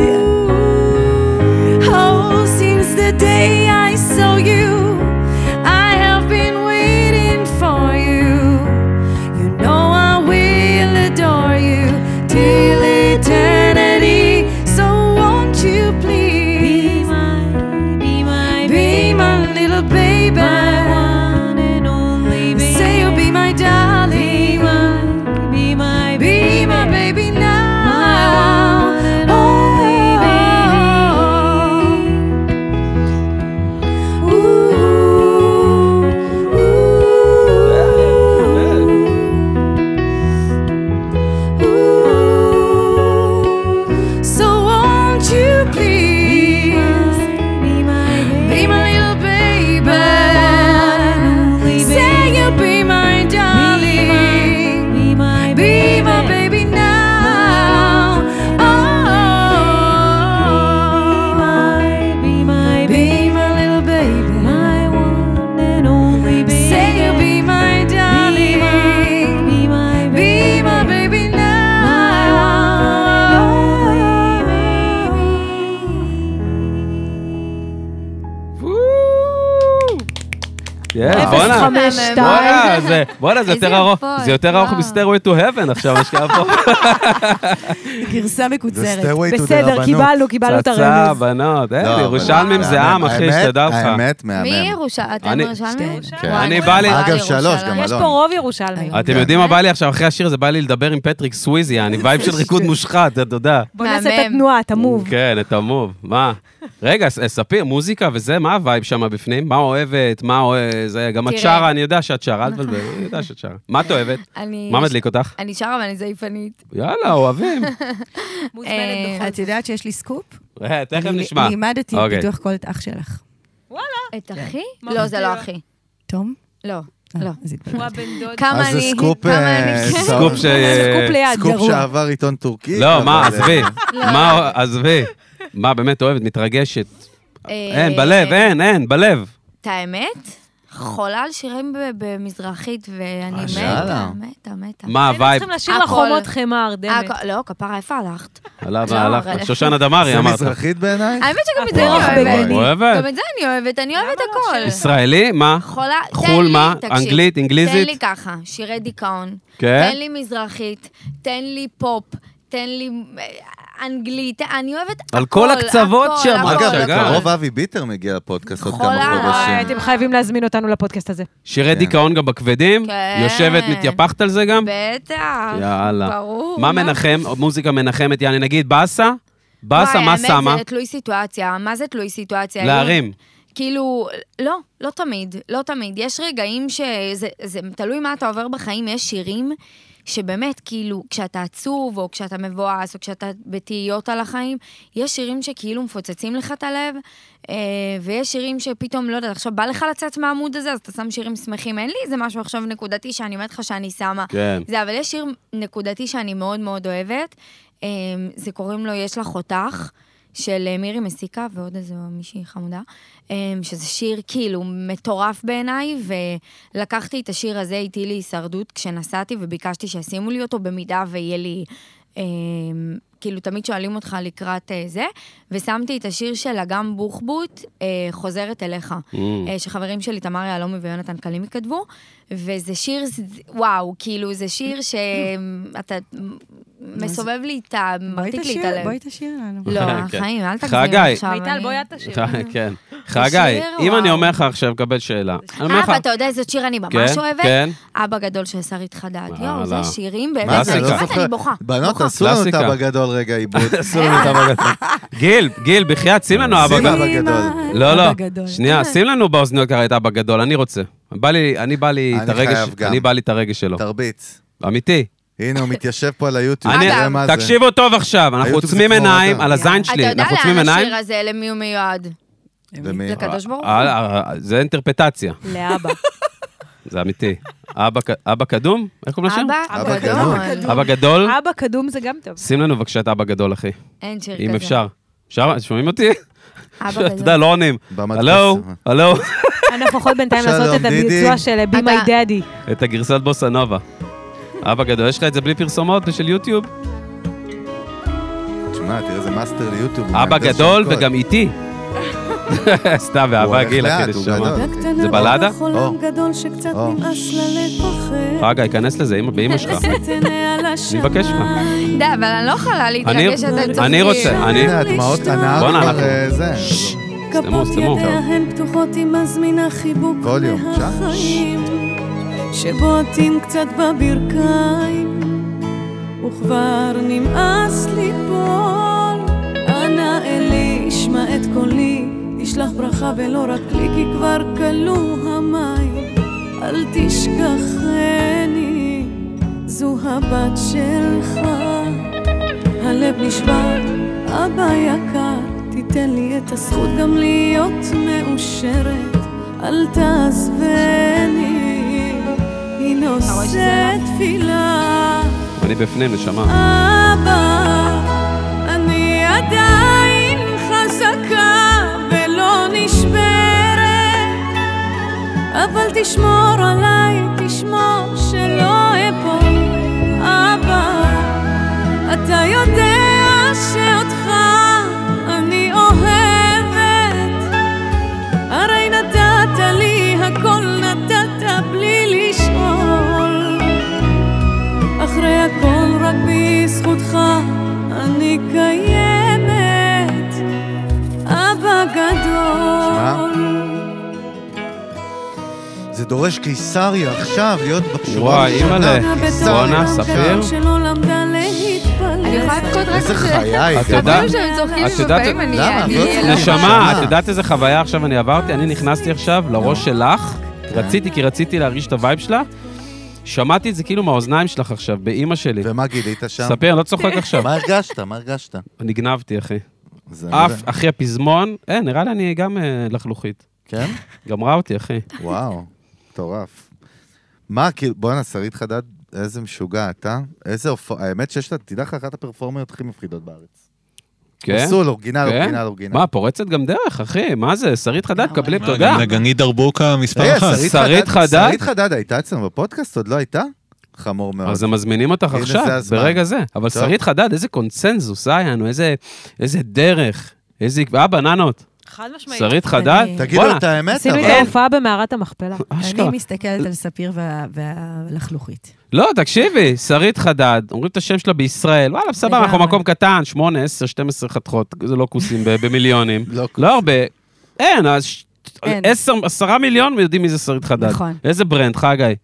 F: Oh, since the day I saw you, I have been waiting for you. You know I will adore you till eternity. So won't you please
E: Be my
F: be my little baby?
E: one and only baby.
F: Say you'll be my darling.
E: Be my
F: Be my baby now.
E: My one and
F: Oh. Ooh. Ooh. Ooh. So won't you please
E: Be my
F: be my little
E: only
F: baby? Say you'll be my darling.
E: Be my
F: Be my baby now. Oh,
E: Be my
F: be my little baby.
E: My one and only baby.
F: Say you'll be my darling.
E: Be my
F: Be my baby now.
A: כן,
E: אפס
A: בואנה.
E: חמש, שתיים.
A: בואנה, זה- בואנה, זה
D: איזה
A: יותר ארוך,
D: יפות,
A: זה יותר ארוך
D: וואו.
A: מסטיירווי טו האבן עכשיו, מה שקרה פה.
F: גרסה
B: זה סטיירווי טו דה
E: בסדר, קיבלנו, קיבלנו את
A: צצה,
E: הרמז.
A: בנות, אין,
B: לא, אבל-
A: ירושלמים זה עם, אחי,
B: האמת-
A: שתדע לך.
B: האמת
D: מי
B: מהמם.
D: ירושלים? אתם
A: אני- כן.
D: ירושלמים?
E: שתיהן.
D: וואי,
A: אני
D: אני
A: בא לי-
D: באה
B: אגב, שלוש,
D: לירושלים.
B: גם
E: יש
B: אלון.
E: פה רוב ירושלמים.
F: היום.
A: אתם
B: כן.
A: יודעים מה בא לי עכשיו אחרי השיר? זה בא לי לדבר עם פטריק סוויזי, אני וייב של ריקוד מושחת, אתה יודע.
E: בוא נעשה את
D: מהמם.
E: התנועה, את המוב.
A: כן, את המוב, מה? רגע, ס- אה, ספיר, מוזיקה וזה, מה הווייב שם בפנים? מה אוהבת? מה אוה- זה? גם את
D: תראה. נכון.
A: שרה, אני יודע שאת שרה, אל תבלבל, אני יודע שאת שרה. מה את אוהבת?
D: אני-
A: מה מדליק אותך?
D: אני שרה ואני זייפנית.
A: יאללה, אוהבים.
E: מוזמנת
D: אה,
E: בכל
F: את יודעת שיש לי סקופ?
A: אה, תכף
F: אני-
A: נשמע.
F: לימדתי
A: אוקיי.
F: פיתוח קול את אח שלך.
D: את אחי?
E: כן.
D: לא, זה לא אחי.
F: תום?
D: לא,
F: אה,
D: לא.
F: אז התבלבלתי.
E: הוא הבן דוד.
D: כמה
B: אז זה
D: אני...
B: סקופ,
D: כמה
B: אה,
D: אני...
B: סקופ.
A: סקופ ש...
E: סקופ ליד,
B: סקופ
E: גרוע.
B: שעבר עיתון טורקי.
A: לא,
B: אבל,
A: מה,
B: אה,
A: עזבי.
D: לא.
A: מה, עזבי. מה, באמת אוהבת, מתרגשת.
D: אה,
A: אין, בלב, אין, אין, בלב.
D: את האמת? חולה על שירים ב- במזרחית, ואני
B: אה,
D: מתה,
B: יאללה.
D: מתה, מתה.
A: מה
E: היינו
A: הווייב?
E: צריכים לשיר
D: הכל.
E: לך חומות חמאה, ארדמת.
D: אה, לא, כפרה, איפה הלכת?
A: עלה
D: לא,
A: והלך.
D: אבל-
A: שושנה דמארי
B: זה
A: אמרת.
B: מזרחית בעיניי?
D: האמת שגם את זה
E: הפרח
D: אני אוהבת.
B: בגני.
A: אוהבת.
D: גם את זה אני אוהבת, אני אוהבת
E: למה לא
D: הכל.
E: שיר?
A: ישראלי, מה?
D: חולה, תן
A: חו"ל
D: לי,
A: מה?
D: תקשיב,
A: אנגלית,
D: תן לי
A: אנגליזית?
D: ככה, שירי דיכאון.
A: כן?
D: תן לי מזרחית, תן לי פופ, תן לי אה, אנגלית, אני אוהבת הכל,
A: על כל הקצוות
D: הכל,
A: שם,
D: הכל,
B: אגב,
A: שגר.
B: בקרוב אבי ביטר מגיע לפודקאסט עוד
D: חולה.
B: כמה
E: וואי,
B: חודשים.
E: אה, אתם חייבים להזמין אותנו לפודקאסט הזה.
A: שירי
B: כן.
A: דיכאון גם בכבדים?
D: כן.
A: יושבת, מתייפחת על זה גם?
D: בטח.
A: יאללה.
D: ברור.
A: מה מנחם, מוזיקה מנחמת, יעני, נגיד באסה? באסה,
D: וואי,
A: מה
D: האמת,
A: שמה?
D: זה תלוי סיטואציה. מה זה תלוי סיטואציה?
A: להרים.
D: כאילו, לא, לא תמיד, לא תמיד. יש רגעים שזה זה תלוי מה אתה עובר בחיים, יש שירים שבאמת, כאילו, כשאתה עצוב, או כשאתה מבואס, או כשאתה בתהיות על החיים, יש שירים שכאילו מפוצצים לך את הלב, אה, ויש שירים שפתאום, לא יודעת, עכשיו בא לך לצאת מהעמוד הזה, אז אתה שם שירים שמחים. אין לי איזה משהו עכשיו נקודתי שאני אומרת לך שאני שמה.
A: כן.
D: זה, אבל יש שיר נקודתי שאני מאוד מאוד אוהבת, אה, זה קוראים לו "יש לך אותך", של אה, מירי מסיקה ועוד איזו מישהי חמודה, אה, שזה שיר כאילו מטורף בעיניי, ולקחתי את השיר הזה איתי להישרדות כשנסעתי, וביקשתי שישימו לי אותו במידה ויהיה לי... אה, כאילו, תמיד שואלים אותך לקראת אה, זה, ושמתי את השיר של אגם בוחבוט, אה, חוזרת אליך.
A: Mm.
D: אה, שחברים שלי, תמר יהלומי ויונתן קלימי כתבו, וזה שיר, ס- וואו, כאילו, זה שיר שאתה מסובב לי את ה... מרתיק לי את הלב.
G: בואי תשאיר לנו.
D: לא,
A: כן.
D: החיים, אל תגזים
A: חגי.
D: עכשיו.
E: מיטל,
D: אני-
E: בואי את תשאירי.
A: כן. חגי,
D: שיר,
A: אם
D: וואו.
A: אני אומר לך עכשיו, קבל שאלה. אני אומר
D: אה,
A: לך-
D: ואתה יודע איזה שיר אני ממש
A: כן,
D: אוהבת?
A: כן.
D: אבא גדול של שרית חדד. יואו, זה
A: וואלה.
D: שירים,
A: מה
D: באמת,
A: זה,
D: אני
A: לא
D: באמת, אה, אני בוכה.
B: בנות,
D: בוכה.
B: עשו לנו את
A: קלאסיקה.
B: אבא גדול רגע עיבוד.
A: עשו לנו את אבא גדול. גיל, גיל, בחייאת, שים לנו אבא
B: שים
A: גדול.
B: אבא גדול.
A: לא,
G: אבא
A: לא,
G: גדול.
D: אה.
A: שנייה, שים לנו באוזניות ככה את אבא גדול, אני רוצה. בא לי, אני בא לי את
B: אני
A: הרגש,
B: חייב גם.
A: אני בא לי את הרגש שלו.
B: תרביץ.
A: אמיתי.
B: הנה, הוא מתיישב פה על היוטיוב,
A: אני-
B: תראה מה זה.
A: תקשיבו טוב עכשיו, אנחנו
B: היוטיוב זה
A: עוצמים
B: כמו
A: עיניים
B: אדם.
A: על הזין שלי,
D: אתה
A: אנחנו עוצמים
D: יודע לאן
A: עיניים.
D: השיר הזה, למי הוא מיועד?
B: ומי-
D: לקדוש ברוך
A: אה,
D: הוא.
A: אה, אה, זה אינטרפטציה,
E: לאבא.
A: זה אמיתי. אבא ק- אבא קדום? איך קוראים לשיר?
D: אבא,
B: אבא
D: אבא
B: גדול.
D: גדול.
A: אבא גדול?
E: אבא קדום זה גם טוב.
A: שים לנו בבקשה את אבא גדול, אחי,
D: אין שיר כזה.
A: אם אפשר. אפשר? שומעים אותי?
D: אבא
A: אתה
D: גדול.
A: יודע, לא עונים.
B: במדפסת.
A: הלו, הלו.
E: אנחנו יכולות בינתיים
B: שלום,
E: לעשות את
B: דידי.
E: הביצוע של אה, Be My
D: אתה-
E: Daddy.
A: את הגרסת בוסה נובה. אבא גדול, יש לך את זה בלי פרסומות של יוטיוב?
B: תשמע, תראה איזה מאסטר ליוטיוב. הוא
A: אבא
B: מהנדס
A: גדול
B: של קוד.
A: וגם איתי. סתם,
B: הוא
A: באהבה
B: הולך
A: גילה,
B: לאט,
A: כדי
B: הוא
A: ששמע.
B: גדול.
A: זה בלדה?
B: או.
G: חולם גדול שקצת
B: או.
G: נמאס לה לפחד.
A: חגה, כנס לזה, אמא באמא שלך.
G: לשאת עיניה לשמיים.
A: מבקש ממך.
D: די, אבל אני לא יכולה להתרגש שאתם צוחקים.
A: אני רוצה, אני...
B: הנה, הדמעות הנהר
G: לא,
A: בואנה,
B: כבר
A: אנחנו-
B: אה, זה.
A: סתמו,
G: כפות
A: סתמו.
G: ידיה הן פתוחות, היא מזמינה חיבוק
B: כל יום, שעה.
G: מהחיים. שבועטים קצת בברכיים, וכבר נמאס ליפול. אנא אלי, שמע את קולי, תשלח ברכה ולא רק לי, כי כבר כלו המים. אל תשכחני, זו הבת שלך. הלב נשבר, אבא יקר, תיתן לי את הזכות גם להיות מאושרת, אל תעזבני, היא נושאת תפילה.
A: אני בפנים, נשמה.
G: אבא, אני עדיין חזקה ולא נשברת, אבל תשמור עליי, תשמור שלא אפול. אבא, אתה יודע שאותך אני אוהבת, הרי נתת לי הכל נתת בלי לשאול. אחרי הכל רק בזכותך אני קיימת, אבא גדול.
B: זה דורש קיסריה עכשיו, להיות בשורה
A: וואי, אימא'לה.
B: הראשונה.
A: בואנה, ספיר.
G: שלא למדה להתפלל.
D: אני יכולה לבכות רק...
B: איזה
D: את זה.
B: חיה היא.
A: את
B: זה
A: יודעת-
B: מה?
D: אפילו שהם צוחקים
A: את
D: לי,
A: יודעת-
D: לפעמים אני...
B: למה?
D: אני-
B: לא צריכה-
A: נשמה,
B: נשמה.
A: את יודעת איזה חוויה עכשיו אני עברתי? אני נכנסתי עכשיו לראש שלך,
B: כן.
A: רציתי כי רציתי להרגיש את הווייב שלה, שמעתי את זה כאילו מהאוזניים שלך עכשיו, באימא שלי.
B: ומה גילית שם?
A: ספיר, אני לא צוחק עכשיו.
B: מה הרגשת? מה הרגשת?
A: נגנבתי, אחי.
B: זה-
A: אף, אחי הפזמון, אה, נראה לי אני גם אה, לחלוכית.
B: כן?
A: גמרה אותי, אחי.
B: וואו, מטורף. מה, כאילו, בואנה, שרית חדד, איזה משוגעת, אה? איזה הופעה, האמת שיש לה, תדע לך, אחת הפרפורמיות הכי מפחידות בארץ.
A: כן?
B: פסול, אורגינל,
A: כן?
B: אורגינל, אורגינל.
A: מה, פורצת גם דרך, אחי. מה זה, שרית חדד, קבלי
C: מה,
A: תודה. אה,
C: גם נגנית דרבוקה מספר
B: רגע,
C: אחת.
A: שרית חדד?
B: שרית חדד הייתה אצלנו בפודקאסט, עוד לא הייתה? חמור מאוד.
A: אז הם מזמינים אותך
B: הנה זה
A: עכשיו,
B: הזמן.
A: ברגע זה. אבל
B: טוב.
A: שרית חדד, איזה קונצנזוס היה לנו, איזה- איזה דרך, איזה... אה, בננות.
E: חד משמעית.
A: שרית חדד,
G: אני-
B: תגידו
A: בואנה,
B: את האמת,
E: עשינו את
B: אבל.
E: ההופעה במערת המכפלה.
B: אה,
A: אשכרה.
F: אני מסתכלת על ספיר וה- והלחלוכית.
A: לא, תקשיבי, שרית חדד, אומרים את השם שלה בישראל, וואלה, בסבבה, אנחנו
F: לגמרי.
A: מקום קטן, 8, 10, 12 חתכות, זה לא כוסים ב- במיליונים.
B: לא כוסים.
A: לא הרבה. אין, אז ש-
F: אין.
A: עשר- עשרה מיליון יודעים מי זה שרית חדד.
F: נכון.
A: איזה ברנד, חגי.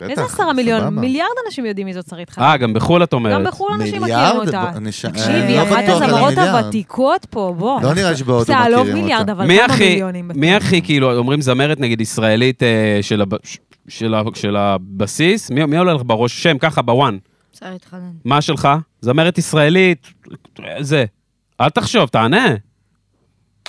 B: בטח,
E: איזה עשרה מיליון?
B: סבבה.
E: מיליארד אנשים יודעים מי זאת שרית חדד.
A: אה, גם בחו"ל את
E: גם
A: אומרת.
E: בחו"ל אנשים
B: מיליארד?
E: מכירים אותה.
B: בוא, נש-
E: תקשיבי,
B: אה, לא
E: אחת
B: בטוח על
E: הזמרות
B: המיליארד.
E: הוותיקות פה, בוא.
B: לא נראה לי שבהודו
E: בסדר, לא
B: מכירים
E: מיליארד,
B: אותה.
E: אבל
A: מי
E: כמה
A: הכי,
E: מיליונים.
A: מי הכי, כאילו, אומרים זמרת נגיד ישראלית אה, של הב... ש- של, ה, של הבסיס, מי, מי עולה לך בראש? שם, ככה, בוואן.
D: בסדר, התחנן.
A: מה שלך? זמרת ישראלית, זה. אל תחשוב, תענה.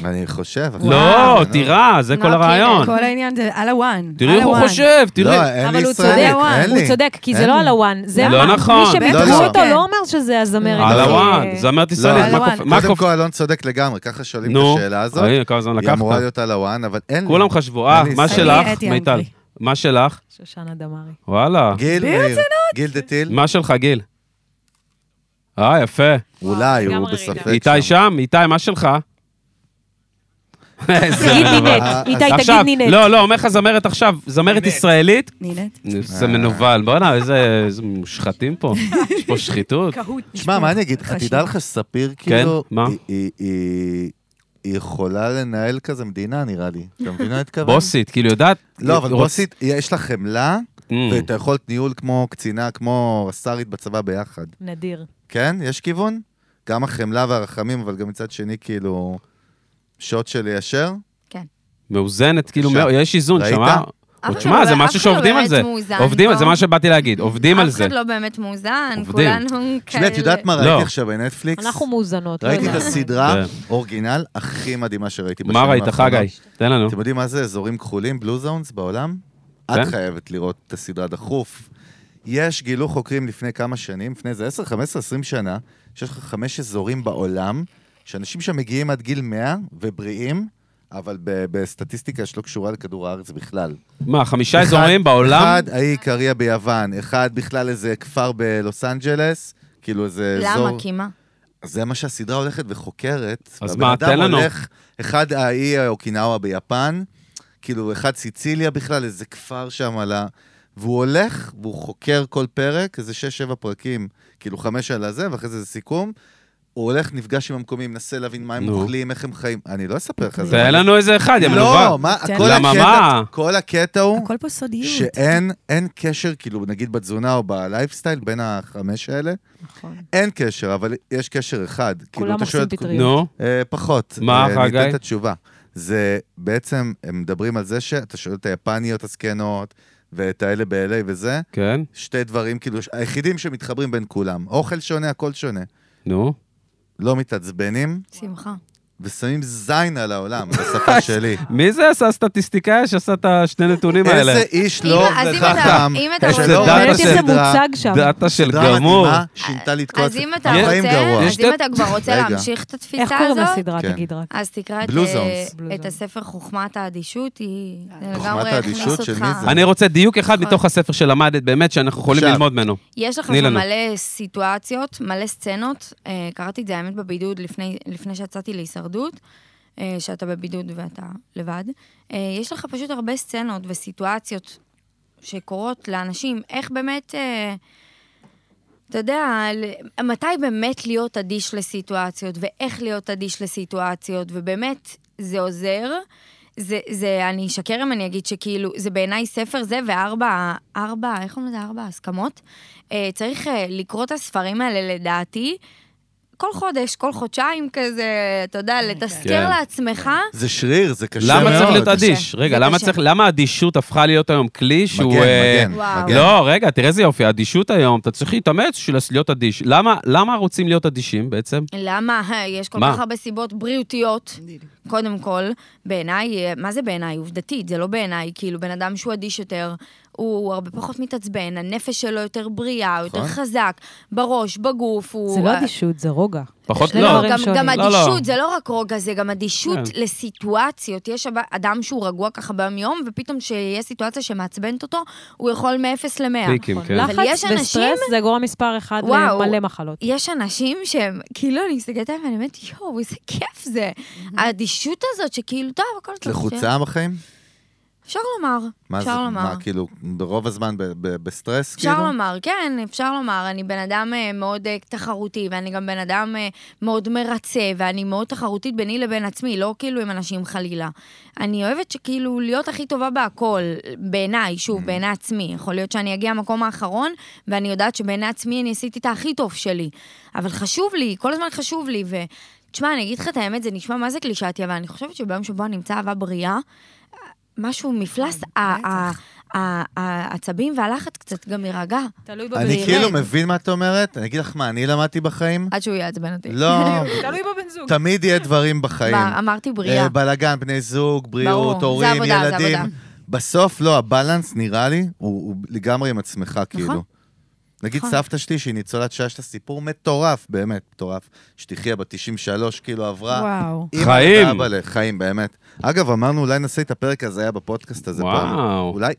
B: אני חושב. אחי.
A: לא,
B: נו.
A: תירא, זה כל
D: לא, כן,
A: הרעיון.
H: כל העניין זה על הוואן.
A: נכון. תראי
H: על
A: איך הוא
H: הוואן.
A: חושב, תראי.
B: לא, אין לי
E: אבל הוא
B: ישראלית,
E: צודק,
B: אין
E: הוא
B: לי.
E: צודק, כי זה
B: אין
E: לא
B: לי.
E: על הוואן. זה
A: לא
E: מה-
A: נכון.
E: מי
H: לא,
E: שפיתחו
H: לא.
E: אותו
H: כן.
E: לא אומר שזה הזמרת.
A: על
E: הכי- אה,
A: הוואן, זמרת
B: אה, לא,
A: ישראלית, מה
H: אה, על
A: קופ-
H: הוואן.
A: מה
B: קודם
A: קופ...
B: כל, אלון צודק לגמרי, ככה שואלים את
A: נו, אה,
B: השאלה הזאת.
A: הנה, כמה זמן
B: היא אמורה
A: לקחת.
B: להיות על הוואן, אבל אין לי.
A: כולם חשבו, אה,
B: אני
A: מה
B: ישראלית.
A: שלך,
H: אני אתי
A: מיטל?
H: אנקרי.
A: מה שלך?
E: שושנה דמארי.
A: וואלה.
B: גיל, מאיר. גיל דה טיל?
A: מה שלך, גיל? אה, יפה.
B: אולי, הוא
E: לגמרי
B: בספק.
E: רעידה.
A: איתי שם? איתי, מה שלך? איזה
E: תגיד
A: מנוול.
E: נינט,
B: אה,
E: איתי תגיד
A: עכשיו,
E: נינט.
A: לא, לא, אומר לך זמרת עכשיו, זמרת ישראלית.
H: נינט.
B: אה.
A: זה מנוול, בוא'נה, איזה איזה מושחתים פה. יש פה שחיתות.
E: קהוט.
B: תשמע, מה אני אגיד? את תדע לך שספיר, כאילו...
A: כן, מה?
B: היא- היא- היא- היא יכולה לנהל כזה מדינה, נראה לי. אתה מבין מה אני מתכוון?
A: בוסית, כאילו, יודעת?
B: לא, אבל
A: רוצ-
B: בוסית, יש לה חמלה,
A: Mm.
B: ואת היכולת ניהול כמו קצינה, כמו רס"רית בצבא ביחד.
E: נדיר.
B: כן? יש כיוון? גם החמלה והרחמים, אבל גם מצד שני, כאילו... שוט של ישר?
A: מאוזנת, כאילו,
B: בבקשה.
A: מאוד, יש איזון
B: ראית?
A: שם, אה?
D: אף אחד
A: תשמע,
D: לא-
A: זה
D: אף
A: משהו
D: אחד לא
A: שעובדים על
D: באמת
A: זה.
D: מאוזן
A: עובדים על
D: פה.
A: זה, מה שבאתי להגיד, עובדים על זה.
D: לא? אף אחד לא באמת מאוזן,
A: עובדים.
D: כולנו
B: תשמעי,
D: כאלה.
B: את יודעת מה
A: לא.
B: ראיתי עכשיו בנטפליקס?
E: אנחנו מאוזנות. לא
B: ראיתי את
E: יודעת.
B: הסדרה,
A: כן.
B: אורגינל, הכי מדהימה שראיתי בשנים
A: מה ראית,
B: האחרונות.
A: חגי? תן לנו.
B: אתם יודעים מה זה אזורים כחולים, בלו זונס בעולם?
A: כן.
B: את חייבת לראות את הסדרה דחוף. יש, גילו חוקרים לפני כמה שנים, לפני איזה 10, 15, 20 שנה, שיש לך חמש אזורים בעולם, שאנשים שם מגיעים עד גיל 100 ובריאים, אבל ב- בסטטיסטיקה שלא קשורה לכדור הארץ בכלל.
A: מה, חמישה
B: אחד-
A: אזורים בעולם?
B: אחד, האי קריה ביוון, אחד בכלל איזה כפר בלוס אנג'לס, כאילו איזה אזור...
D: למה? כי מה?
B: זה מה שהסדרה הולכת וחוקרת.
A: אז
B: והבן
A: מה,
B: אדם
A: תן לנו.
B: הולך, אחד האי אוקינאווה ביפן, כאילו אחד סיציליה בכלל, איזה כפר שם על ה... והוא הולך, והוא חוקר כל פרק, איזה שש-שבע פרקים, כאילו חמש על הזה, ואחרי זה זה סיכום. הוא הולך, נפגש עם המקומים, מנסה להבין מה הם
A: נו.
B: אוכלים, איך הם חיים. אני לא אספר לך את זה.
A: תן לנו איזה אחד, יא מנוול.
B: לא, מה,
H: תן
B: כל
A: למה,
B: הקטע,
A: מה?
B: כל הקטע הוא
H: הכל פה סודיות.
B: שאין אין קשר, כאילו, נגיד בתזונה או בלייפסטייל, בין החמש האלה,
E: נכון.
B: אין קשר, אבל יש קשר אחד. כאילו,
E: כולם
B: אתה שואל
E: עושים
B: את כולם-
E: פטריות.
A: נו,
B: אה, פחות.
A: מה,
B: אה,
A: חגי?
B: ניתן את התשובה. זה בעצם, הם מדברים על זה שאתה שואל את היפניות הזקנות, ואת האלה ב-LA וזה,
A: כן,
B: שתי דברים, כאילו, ש- היחידים שמתחברים בין כולם. אוכל שונה, הכל שונה.
A: נו.
B: לא מתעצבנים,
D: שמחה.
B: ושמים זין על העולם, בשפה שלי.
A: מי זה עשה הסטטיסטיקאי שעשה את השני נתונים האלה?
B: איזה איש
D: אם-
B: לא
D: אז אם אתה-
B: חכם,
D: אם אתה
A: יש
D: רוצה-
A: לדעת
E: באמת
A: הסדרה-
E: איזה מוצג שם.
A: דאטה של
B: סדרה
A: גמור.
B: מדהימה, שינתה לי את כל
D: אז
B: הסדרה.
D: אם אתה
A: יש-
B: בחיים
D: רוצה,
B: גרוע.
A: יש
D: אז אם
A: את-
D: אתה כבר רוצה
B: רגע.
D: להמשיך את
E: איך
D: התפיסה
E: קוראים
D: הזאת,
E: לסדרה?
B: כן.
E: תגיד רק.
D: אז תקרא את,
B: Blue
D: אה,
B: Zones.
E: Blue
D: את
E: Zones.
D: הספר חוכמת האדישות, היא זה
B: חוכמת
D: לגמרי
B: האדישות
D: הכניס
B: של
D: אותך.
B: מי זה?
A: אני רוצה דיוק אחד
D: נכון.
A: מתוך הספר שלמדת, באמת, שאנחנו יכולים
B: עכשיו.
A: ללמוד ממנו.
D: יש לך
A: תני
D: שם
A: לנו.
D: מלא סיטואציות, מלא סצנות. אה, קראתי את זה, האמת, בבידוד לפני, לפני שיצאתי להישרדות, אה, שאתה בבידוד ואתה לבד. אה, יש לך פשוט הרבה סצנות וסיטואציות שקורות לאנשים, איך באמת, אה, אתה יודע, ל- מתי באמת להיות אדיש לסיטואציות, ואיך להיות אדיש לסיטואציות, ובאמת, זה עוזר. זה, זה, אני אשקר אם אני אגיד שכאילו, זה בעיניי ספר זה וארבע, ארבע, איך קוראים לזה? ארבע הסכמות. אה, צריך אה, לקרוא את הספרים האלה לדעתי, כל חודש, כל חודשיים כזה, אתה יודע, לתזכר
A: כן.
D: לעצמך.
B: זה שריר, זה קשה מאוד.
A: למה צריך להיות
D: קשה.
A: אדיש? רגע,
D: זה
A: למה
D: קשה.
A: צריך, למה האדישות הפכה להיות היום כלי שהוא... אה,
B: מגן, מגן,
D: וואו.
B: מגן.
A: לא, רגע, תראה איזה יופי, האדישות היום, אתה צריך להתאמץ בשביל להיות אדיש. למה, למה רוצים להיות אדישים בעצם?
D: למה? יש כל
A: מה?
D: כך הרבה סיבות בריאותיות, קודם כל. בעיניי, אה, מה זה בעיניי? עובדתית, זה לא בעיניי. כאילו, בן אדם שהוא אדיש יותר, הוא הרבה פחות מתעצבן, הנפש שלו יותר בריאה, הוא יותר
B: נכון.
D: חזק, בראש, בגוף, הוא...
E: זה לא
D: אה,
E: אדישות, זה רוגע.
A: פחות
E: לא,
A: לא.
E: דברים
D: גם,
E: שונים.
D: גם
A: לא, לא.
D: אדישות, זה לא רק רוגע, זה גם אדישות
A: כן.
D: לסיטואציות. יש אב- אדם שהוא רגוע ככה ביום-יום, ופתאום כשיהיה סיטואציה שמעצבנת אותו, הוא יכול מ-0 ל-100.
A: פיקים, כן.
D: אבל יש
E: נכון. לחץ
D: אנשים-
E: וסטרס זה גורם מספר אחד
D: וואו.
E: למלא מחלות.
D: יש אנשים שהם, כאילו, אני מסתכלת עליהם ואני אומרת, יואו, איזה כיף זה. האדישות הזאת שכאילו, טוב, הכל
B: את
D: טוב.
B: לחוצה בחיים?
D: אפשר לומר,
B: מה זה,
D: כן. אפשר לומר.
B: מה כאילו, ברוב הזמן ב- ב- בסטרס, כאילו?
D: אפשר לומר, כן, אפשר לומר. אני בן אדם אה, מאוד אה, תחרותי, ואני גם בן אדם אה, מאוד מרצה, ואני מאוד תחרותית ביני לבין עצמי, לא כאילו עם אנשים חלילה. אני אוהבת שכאילו להיות הכי טובה בהכל, בעיניי, שוב, בעיני עצמי. יכול להיות שאני אגיע למקום האחרון, ואני יודעת שבעיני עצמי אני עשיתי את הכי טוב שלי. אבל חשוב לי, כל הזמן חשוב לי, ו... תשמע, אני אגיד לך את האמת, זה נשמע מה זה קלישאתי, אבל אני חושבת שביום שבו נמצא אהבה בריאה, משהו, מפלס ה- ה- ה- העצבים והלחץ קצת גם יירגע,
E: תלוי
B: אני
E: בבן
B: כאילו
E: זוג.
B: מבין מה את אומרת, אני אגיד לך מה אני למדתי בחיים.
D: עד שהוא יעצבן אותי.
B: לא,
E: תלוי בבן זוג.
B: תמיד יהיה דברים בחיים.
D: מה, אמרתי
B: אה,
D: בריאה.
B: בלאגן, בני זוג,
D: ברור,
B: בריאות,
D: זה
B: הורים,
D: עבודה, זה
B: ילדים.
D: עבודה.
B: בסוף, לא, הבלנס, נראה לי, הוא הוא לגמרי עם עצמך,
D: נכון.
B: כאילו. נגיד סבתא שלי, שהיא ניצולת שואה, יש לה סיפור מטורף, באמת מטורף, שתחיה בת 93, כאילו עברה.
H: וואו.
B: אימא
A: חיים.
B: ואבא ל- חיים, באמת. אגב, אמרנו, אולי נעשה את הפרק הזה, היה בפודקאסט הזה
A: וואו.
B: פעם. אולי.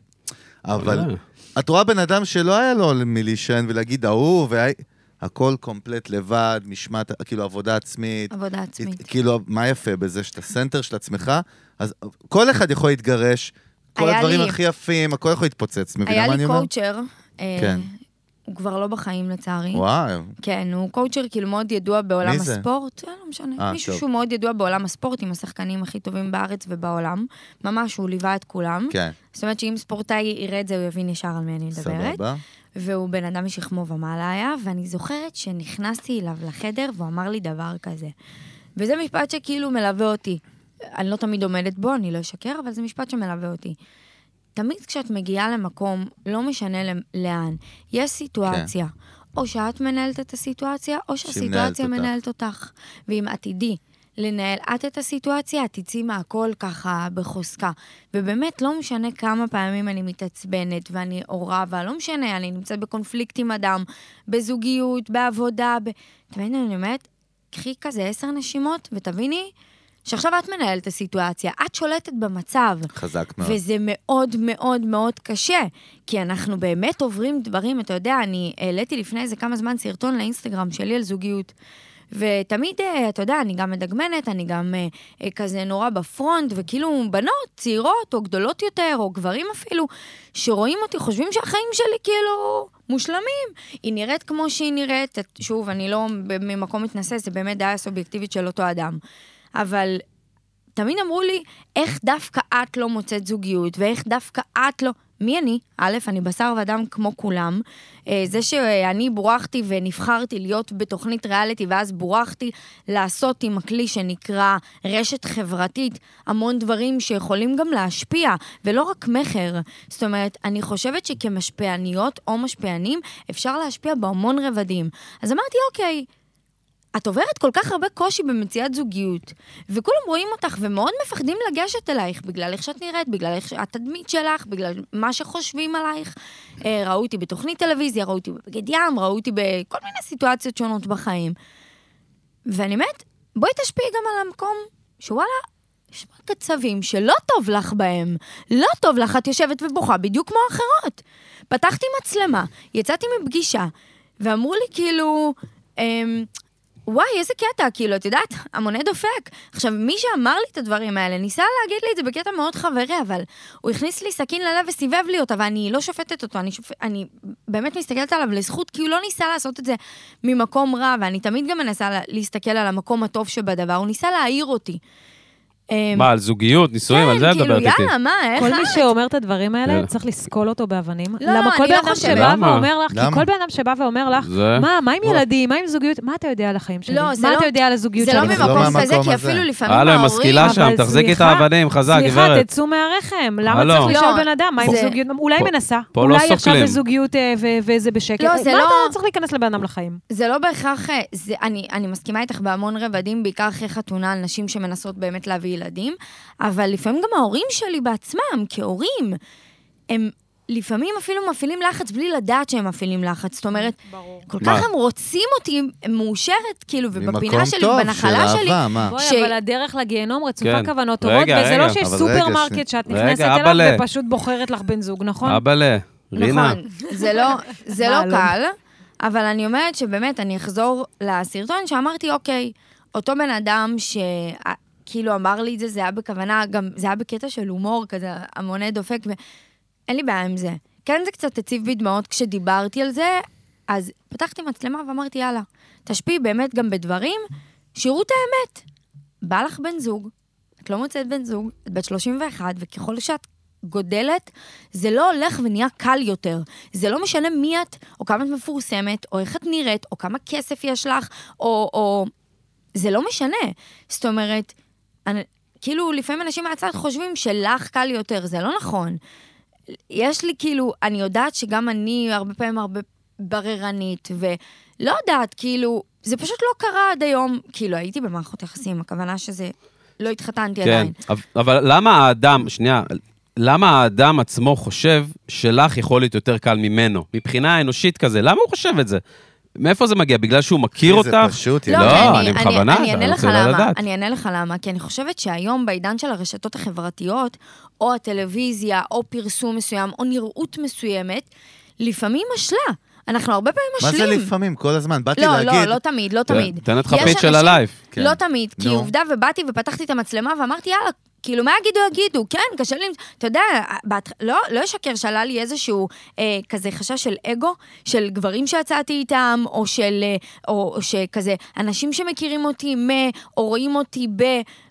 B: אבל
A: אולי.
B: את רואה בן אדם שלא היה לו מלהישען ולהגיד ההוא, והכל קומפלט לבד, משמעת, כאילו עבודה עצמית.
D: עבודה עצמית.
B: הת- כאילו, מה יפה בזה? שאתה סנטר של עצמך, אז כל אחד יכול להתגרש, כל
D: היה
B: הדברים
D: לי-
B: הכי יפים, הכל יכול להתפוצץ, מבינה
D: היה
B: מה אני
D: לי
B: אומר?
D: קואוצ'ר, אה,
B: כן.
D: הוא כבר לא בחיים לצערי.
B: וואי,
D: כן, הוא קואוצ'ר כאילו מאוד ידוע בעולם
B: מי זה?
D: הספורט. אה, לא משנה,
B: אה,
D: מישהו
B: טוב.
D: שהוא מאוד ידוע בעולם הספורט, עם השחקנים הכי טובים בארץ ובעולם. ממש, הוא ליווה את כולם.
B: כן,
D: זאת אומרת שאם ספורטאי יראה את זה, הוא יבין ישר על מי אני מדברת.
B: סבבה.
D: והוא בן אדם משכמו ומעלה היה, ואני זוכרת שנכנסתי אליו לחדר והוא אמר לי דבר כזה. וזה משפט שכאילו מלווה אותי. אני לא תמיד עומדת בו, אני לא אשקר, אבל זה משפט שמלווה אותי. תמיד כשאת מגיעה למקום, לא משנה למ- לאן, יש סיטואציה. או שאת מנהלת את הסיטואציה, או שהסיטואציה
B: אותך.
D: מנהלת אותך. ואם את תדעי לנהל את את הסיטואציה, את תצאי מהכל ככה בחוזקה. ובאמת, לא משנה כמה פעמים אני מתעצבנת ואני אורה, ולא משנה, אני נמצאת בקונפליקט עם אדם, בזוגיות, בעבודה, ב... אתה מבין, אני אומרת, קחי כזה עשר נשימות ותביני שעכשיו את מנהלת את הסיטואציה, את שולטת במצב.
B: חזק מאוד.
D: וזה מאוד מאוד מאוד קשה, כי אנחנו באמת עוברים דברים, אתה יודע, אני העליתי לפני איזה כמה זמן סרטון לאינסטגרם שלי על זוגיות. ותמיד, אה, אתה יודע, אני גם מדגמנת, אני גם אה, אה, כזה נורא בפרונט, וכאילו בנות צעירות, או גדולות יותר, או גברים אפילו, שרואים אותי, חושבים שהחיים שלי כאילו מושלמים. היא נראית כמו שהיא נראית, את- שוב, אני לא ממקום מתנשא, זה באמת דעה סובייקטיבית של אותו אדם. אבל תמיד אמרו לי, איך דווקא את לא מוצאת זוגיות, ואיך דווקא את לא... מי אני? א', אני בשר ודם כמו כולם. אה, זה שאני בורחתי ונבחרתי להיות בתוכנית ריאליטי, ואז בורחתי לעשות עם הכלי שנקרא רשת חברתית, המון דברים שיכולים גם להשפיע, ולא רק מכר. זאת אומרת, אני חושבת שכמשפיעניות או משפיענים, אפשר להשפיע בהמון רבדים. אז אמרתי, אוקיי, את עוברת כל כך הרבה קושי במציאת זוגיות, וכולם רואים אותך ומאוד מפחדים לגשת אלייך, בגלל איך שאת נראית, בגלל איך ש- התדמית שלך, בגלל מה שחושבים עלייך. אה, ראו אותי בתוכנית טלוויזיה, ראו אותי בבגד ים, ראו אותי בכל מיני סיטואציות שונות בחיים. ואני אומרת, בואי תשפיעי גם על המקום שוואלה, יש רק עצבים שלא טוב לך בהם. לא טוב לך, את יושבת ובוכה בדיוק כמו האחרות. פתחתי מצלמה, יצאתי מפגישה, ואמרו לי כאילו, אמ, וואי, איזה קטע, כאילו, את יודעת, המונה דופק. עכשיו, מי שאמר לי את הדברים האלה, ניסה להגיד לי את זה בקטע מאוד חברי, אבל הוא הכניס לי סכין ללב וסיבב לי אותה, ואני לא שופטת אותו, אני, שופ... אני באמת מסתכלת עליו לזכות, כי הוא לא ניסה לעשות את זה ממקום רע, ואני תמיד גם מנסה לה- להסתכל על המקום הטוב שבדבר, הוא ניסה להעיר אותי. אמ,
A: מה, על זוגיות, נישואים, על זה את מדברת
D: כן, כאילו,
A: איתי.
D: יאללה, מה, איך...
E: כל מי
D: את?
E: שאומר את הדברים
A: יאללה.
E: האלה, צריך לסקול אותו באבנים.
D: לא,
E: למה כל
D: אני
E: בן
D: לא
E: אדם
D: חושבת.
E: שבא
A: כן. למה?
E: ואומר לך,
B: למה? לא.
E: כי כל בן אדם שבא ואומר לך,
A: זה-
E: מה, מה עם
A: וואלה.
E: ילדים, מה עם זוגיות, מה אתה יודע על החיים שלי?
D: לא, זה
E: מה
D: לא-
E: אתה יודע על הזוגיות
D: זה
E: שלי?
D: לא
B: זה לא
D: ממקום כזה,
B: מהמקום
D: כי
B: הזה.
D: אפילו לפעמים
A: הלו,
D: ההורים...
A: היא משכילה שם,
E: אבל
A: תחזיקי את
E: סליחה,
A: האבנים, חזק,
E: סליחה,
A: גברת.
E: תצאו מהרחם. למה
A: הלו.
E: צריך לשאול
D: לא,
E: בן אדם, מה עם
D: זה-
E: זוגיות? אולי
A: פה-
E: מנסה,
A: פה לא
E: אולי עכשיו
A: סוקלים.
E: בזוגיות אה, ו- וזה בשקט.
D: לא,
E: אה,
D: זה
E: מה
D: לא-
E: אתה צריך להיכנס לבן אדם לחיים?
D: זה לא בהכרח, אה, זה, אני, אני מסכימה איתך בהמון רבדים, בעיקר אחרי חתונה, על נשים שמנסות באמת להביא ילדים, אבל לפעמים גם ההורים שלי בעצמם, כהורים, הם לפעמים אפילו מפעילים לחץ בלי לדעת שהם מפעילים לחץ. זאת אומרת,
E: ברור.
D: כל
A: מה?
D: כך הם רוצים אותי מאושרת, כאילו, ובפינה
B: ממקום
D: שלי,
B: טוב,
D: ובנחלה
B: של
D: שלי.
B: אהבה, מה?
E: בואי,
D: ש-
E: אבל הדרך לגיהנום רצופה
A: כן.
E: כוונות
A: רגע,
E: טובות, וזה
A: רגע,
E: לא שיש
B: אבל רגע,
E: סופרמרקט שאת
A: רגע,
E: נכנסת
A: אבאלה.
E: אליו ופשוט בוחרת לך בן זוג, נכון?
A: אבאלה, רינה.
D: נכון, זה לא, זה
E: מה,
D: לא
E: לא?
D: קל, אבל אני אומרת שבאמת, אני אחזור לסרטון שאמרתי, אוקיי, אותו בן אדם ש... כאילו אמר לי את זה, זה היה בכוונה, גם זה היה בקטע של הומור כזה, המונה דופק, ו... אין לי בעיה עם זה. כן, זה קצת הציב בי דמעות כשדיברתי על זה, אז פתחתי מצלמה ואמרתי, יאללה, תשפיעי באמת גם בדברים, שיראו את האמת. בא לך בן זוג, את לא מוצאת בן זוג, את בת 31, וככל שאת גודלת, זה לא הולך ונהיה קל יותר. זה לא משנה מי את, או כמה את מפורסמת, או איך את נראית, או כמה כסף יש לך, או... או... זה לא משנה. זאת אומרת, אני, כאילו, לפעמים אנשים מהצד חושבים שלך קל יותר, זה לא נכון. יש לי כאילו, אני יודעת שגם אני הרבה פעמים הרבה בררנית, ולא יודעת, כאילו, זה פשוט לא קרה עד היום. כאילו, הייתי במערכות יחסים, הכוונה שזה... לא התחתנתי
A: כן,
D: עדיין.
A: אב- אבל למה האדם, שנייה, למה האדם עצמו חושב שלך יכול להיות יותר קל ממנו? מבחינה אנושית כזה, למה הוא חושב את זה? מאיפה זה מגיע? בגלל שהוא מכיר
B: כי זה
A: אותך?
B: פשוט,
A: לא,
B: ילד.
A: אני בכוונה,
D: אני
A: אתה
D: אענה לך
A: רוצה לא
D: למה,
A: לדעת.
D: אני אענה לך למה, כי אני חושבת שהיום בעידן של הרשתות החברתיות, או הטלוויזיה, או פרסום מסוים, או נראות מסוימת, לפעמים משלה. אנחנו הרבה פעמים
B: מה
D: משלים.
B: זה לפעמים? כל הזמן. באתי
D: לא,
B: להגיד...
D: לא, לא תמיד, לא תמיד.
A: תן את
D: יש
A: חפית של
D: אנשים-
A: הלייב.
B: כן.
D: לא תמיד, כי
B: נו.
D: עובדה, ובאתי ופתחתי את המצלמה ואמרתי, יאללה, כאילו, מה יגידו, יגידו, כן, קשה לי, עם זה." אתה יודע, בהתח... לא, לא אשקר שעלה לי איזשהו אה, כזה חשש של אגו, של גברים שיצאתי איתם, או של, אה, או, או שכזה, אנשים שמכירים אותי מ, או רואים אותי ב...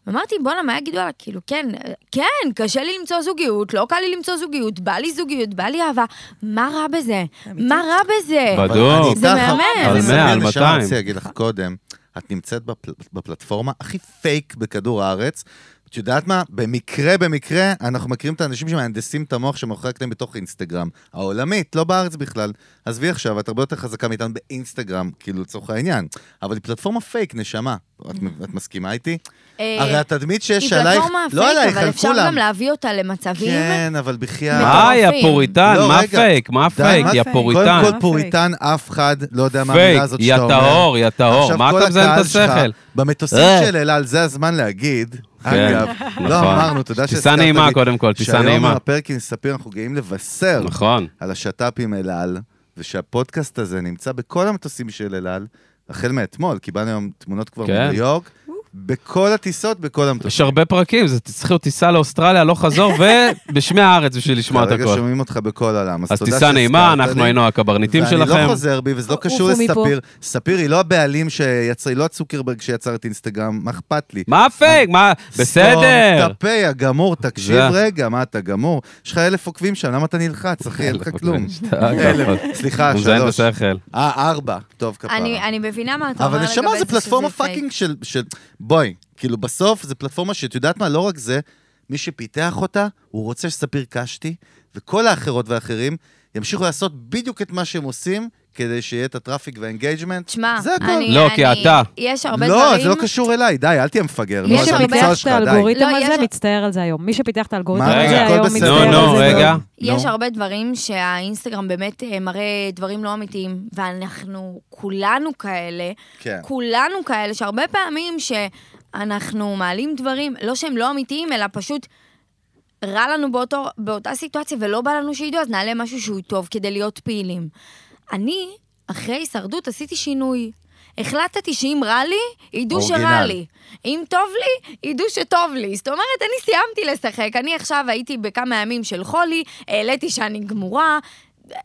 D: אמרתי, בואנה, מה יגידו עליי? כאילו, כן, אה, כן, קשה לי למצוא זוגיות, לא קל לי למצוא זוגיות, בא לי זוגיות, בא לי אהבה, מה רע בזה? מה רע בזה?
A: אבל-
B: אבל אני
A: בדוק.
B: איתך,
D: זה מהמם.
B: אבל
D: על
B: אני
A: 100, על
B: לשם
A: 200.
B: רציתי להגיד לך קודם, את נמצאת בפל- בפלטפורמה הכי פייק בכדור הארץ. את יודעת מה? במקרה, במקרה, אנחנו מכירים את האנשים שמהנדסים את המוח שמאחורי הקלעים בתוך אינסטגרם. העולמית, לא בארץ בכלל. עזבי עכשיו, את הרבה יותר חזקה מאיתנו באינסטגרם, כאילו, לצורך העניין. אבל היא פלטפורמה פייק, נשמה. את, את מסכימה איתי?
D: אה,
B: הרי התדמית שיש
D: היא
B: עלייך,
D: פלטפורמה
B: לא
D: פייק,
B: עלייך,
D: אבל
B: על
D: אפשר גם
B: כולם.
D: להביא אותה למצבים.
B: כן, אבל בחייאת.
A: מה, יא
D: מטורפים.
A: פוריטן?
B: לא,
A: מה
B: רגע.
A: פייק? מה
B: די,
A: פייק?
B: מה
A: יא
H: פייק?
A: פוריטן.
B: קודם כל
H: מה
B: פוריטן, אף אחד לא יודע מה
A: פייק,
B: המילה הזאת
A: יא
B: שאתה אומר.
A: טהור, יא טהור.
B: עכשיו,
A: מה
B: כל
A: אתה מזיין את
B: הקהל
A: השכל?
B: שלך, במטוסים
A: אה.
B: של אל על, זה הזמן להגיד,
A: כן,
B: אגב,
A: נכון.
B: לא אמרנו, תודה
A: טיסה
B: שהזכרת
A: נעימה
B: לי,
A: קודם כל, טיסה
B: שהיום
A: נעימה.
B: הפרקין ספיר, אנחנו גאים לבשר
A: נכון.
B: על השת"פים אל על, ושהפודקאסט הזה נמצא בכל המטוסים של אל על, החל מאתמול, קיבלנו היום תמונות כבר
A: כן.
B: מניו יורק, בכל הטיסות, בכל המטוסים.
A: יש הרבה פרקים, זה צריך להיות טיסה לאוסטרליה, לא חזור, ובשמי הארץ בשביל לשמוע את
B: כרגע
A: הכל.
B: שומעים אותך בכל העולם, אז
A: אז
B: תודה
A: טיסה נעימה,
B: שהזכרת
A: אנחנו
B: לי.
A: היינו הקברניטים
B: ואני
A: שלכם.
B: לא חוזר בי, וזה לא
E: עופו
B: קשור
E: מפה.
B: לספיר. ספיר היא לא הבעלים שיצר, היא לא הצוקרברג שיצר את אינסטגרם, מה אכפת לי?
A: מה הפייק? מה? בסדר.
B: סתום את הפה, יא גמור, תקשיב
A: זה-
B: רגע, מה אתה גמור? יש לך אלף עוקבים שם, למה אתה נלחץ, אחי? אין לך כלום. אלף,
A: אלף.
B: סליחה,
A: אוקיי, הוא מזיין את
B: שלוש.
A: השכל.
B: אה, ארבע. טוב, כפרה.
D: אני, אני מבינה מה אתה אומר
B: אבל
D: לגבי זה שזה
B: נשמה, זה פלטפורמה
D: פייק.
B: פאקינג של... של- בואי, כאילו בסוף זה פלטפורמה שאת יודעת מה, לא רק זה, מי שפיתח אותה, הוא רוצה שספיר קשתי, וכל האחרות והאחרים ימשיכו לעשות בדיוק את מה שהם עושים, כדי שיהיה את הטראפיק והאנגייג'מנט.
D: תשמע,
B: זה הכל.
D: אני...
A: לא,
D: אני,
A: כי אתה.
D: יש הרבה
B: לא,
D: דברים...
B: זה לא קשור אליי, די, אל תהיה מפגר.
D: יש
B: נו, זה
D: הרבה-
B: המקצוע
E: שפיתח את
B: שלך, די.
E: האלגוריתם
D: לא, יש-
E: הזה, מצטער על זה היום. מי שפיתח את האלגוריתם
B: מה,
E: הזה
B: הכל
E: היום,
B: בסדר? לא-
A: נו,
E: מצטער על זה.
A: נו,
E: מאוד.
A: רגע.
D: יש
B: נו.
D: הרבה דברים שהאינסטגרם באמת אה, מראה דברים לא אמיתיים, ואנחנו כולנו כאלה,
B: כן.
D: כולנו כאלה, שהרבה פעמים שאנחנו מעלים דברים, לא שהם לא אמיתיים, אלא פשוט רע לנו באותו, באותה סיטואציה ולא בא לנו שידעו, אז נעלה משהו שהוא טוב כדי להיות פעילים. אני, אחרי הישרדות, עשיתי שינוי. החלטתי שאם רע לי, ידעו שרע
B: אורגינל.
D: לי. אם טוב לי, ידעו שטוב לי. זאת אומרת, אני סיימתי לשחק. אני עכשיו הייתי בכמה ימים של חולי, העליתי שאני גמורה,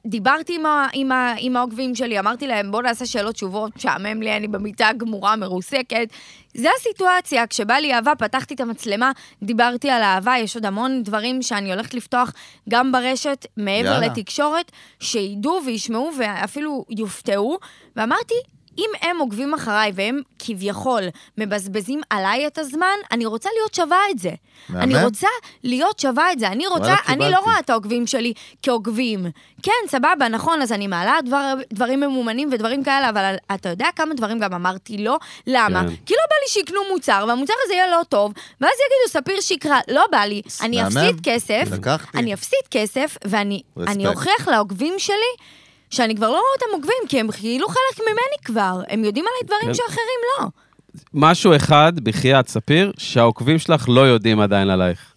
D: דיברתי עם, ה, עם, ה, עם העוקבים שלי, אמרתי להם, בואו נעשה שאלות תשובות, משעמם לי, אני במיטה גמורה, מרוסקת. זה הסיטואציה, כשבא לי אהבה, פתחתי את המצלמה, דיברתי על אהבה, יש עוד המון דברים שאני הולכת לפתוח גם ברשת, מעבר
B: יאללה.
D: לתקשורת, שידעו וישמעו ואפילו יופתעו. ואמרתי, אם הם עוקבים אחריי והם כביכול מבזבזים עליי את הזמן, אני רוצה להיות שווה את זה.
B: מהמם.
D: אני רוצה להיות שווה את זה. אני רוצה,
B: וואלה,
D: אני לא
B: קיבלתי.
D: רואה את העוקבים שלי כעוקבים. כן, סבבה, נכון, אז אני מעלה דבר, דברים ממומנים ודברים כאלה, אבל אתה יודע כמה דברים גם אמרתי לא? למה?
A: כן.
D: כי לא בא לי שיקנו מוצר, והמוצר הזה יהיה לא טוב, ואז יגידו, ספיר שיקרה, לא בא לי, אני
B: מהמם.
D: אפסיד כסף,
B: לקחתי.
D: אני אפסיד כסף, ואני אני
B: כן. רספקט.
D: אוכיח לעוקבים שלי שאני כבר לא רואה אותם עוקבים, כי הם כאילו חלק ממני כבר, הם יודעים עליי דברים
A: כן.
D: שאחרים לא.
A: משהו אחד, בחייאת ספיר, שהעוקבים שלך לא יודעים עדיין עלייך.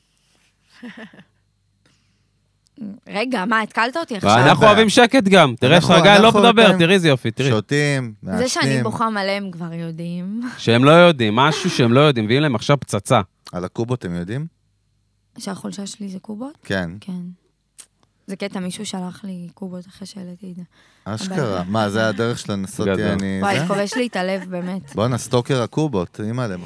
D: רגע, מה, התקלת אותי עכשיו?
A: ואנחנו
B: בעיה.
A: אוהבים שקט גם. תראה איך
B: אנחנו-
A: חגי לא
B: אנחנו
A: מדבר,
B: בינתיים
A: תראי איזה יופי, תראי.
B: שותים,
D: זה שאני
B: מעשנים,
D: בוכה מלא הם כבר יודעים.
A: שהם לא יודעים, משהו שהם לא יודעים, מביאים להם עכשיו פצצה.
B: על הקובות, אתם יודעים?
D: שהחולשה שלי זה קובות?
B: כן.
D: כן. זה קטע, מישהו שלח לי קובות אחרי שהעליתי את זה.
B: אשכרה. מה, זה הדרך של לנסות,
A: גדול.
B: יעני...
D: וואי,
B: אה, זה?
D: כובש לי את הלב, באמת.
B: בואנה, סטוקר הקובות, אימא'לה.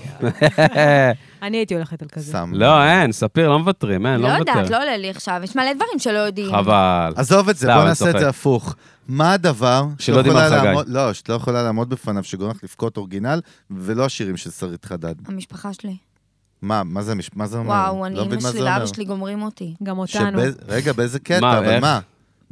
E: אני הייתי הולכת על כזה.
B: סתם.
A: לא, אין, ספיר, לא מוותרים, אין,
D: לא
A: לא
D: יודעת,
A: מוותר.
D: לא עולה לי עכשיו, יש מלא דברים שלא יודעים.
A: חבל.
B: עזוב את זה,
A: לא,
B: בוא
A: אני
B: נעשה את
A: צוחק.
B: זה הפוך. מה הדבר
A: שלא יודעים
B: יכולה
A: על חגי.
B: לעמוד- לא, שאת לא יכולה לעמוד בפניו, שגורם לך לבכות אורגינל, ולא השירים של שרית חדד.
D: המשפחה שלי.
B: מה, מה זה, המש- מה זה אומר?
D: וואו, אני,
B: לא
D: אמא
B: מבין מה
D: שלי
B: זה
D: ואבא
B: אומר.
D: שלי גומרים אותי.
E: גם אותנו.
B: שבא- רגע, באיזה קטע?
A: מה,
B: אבל
A: איך?
B: מה?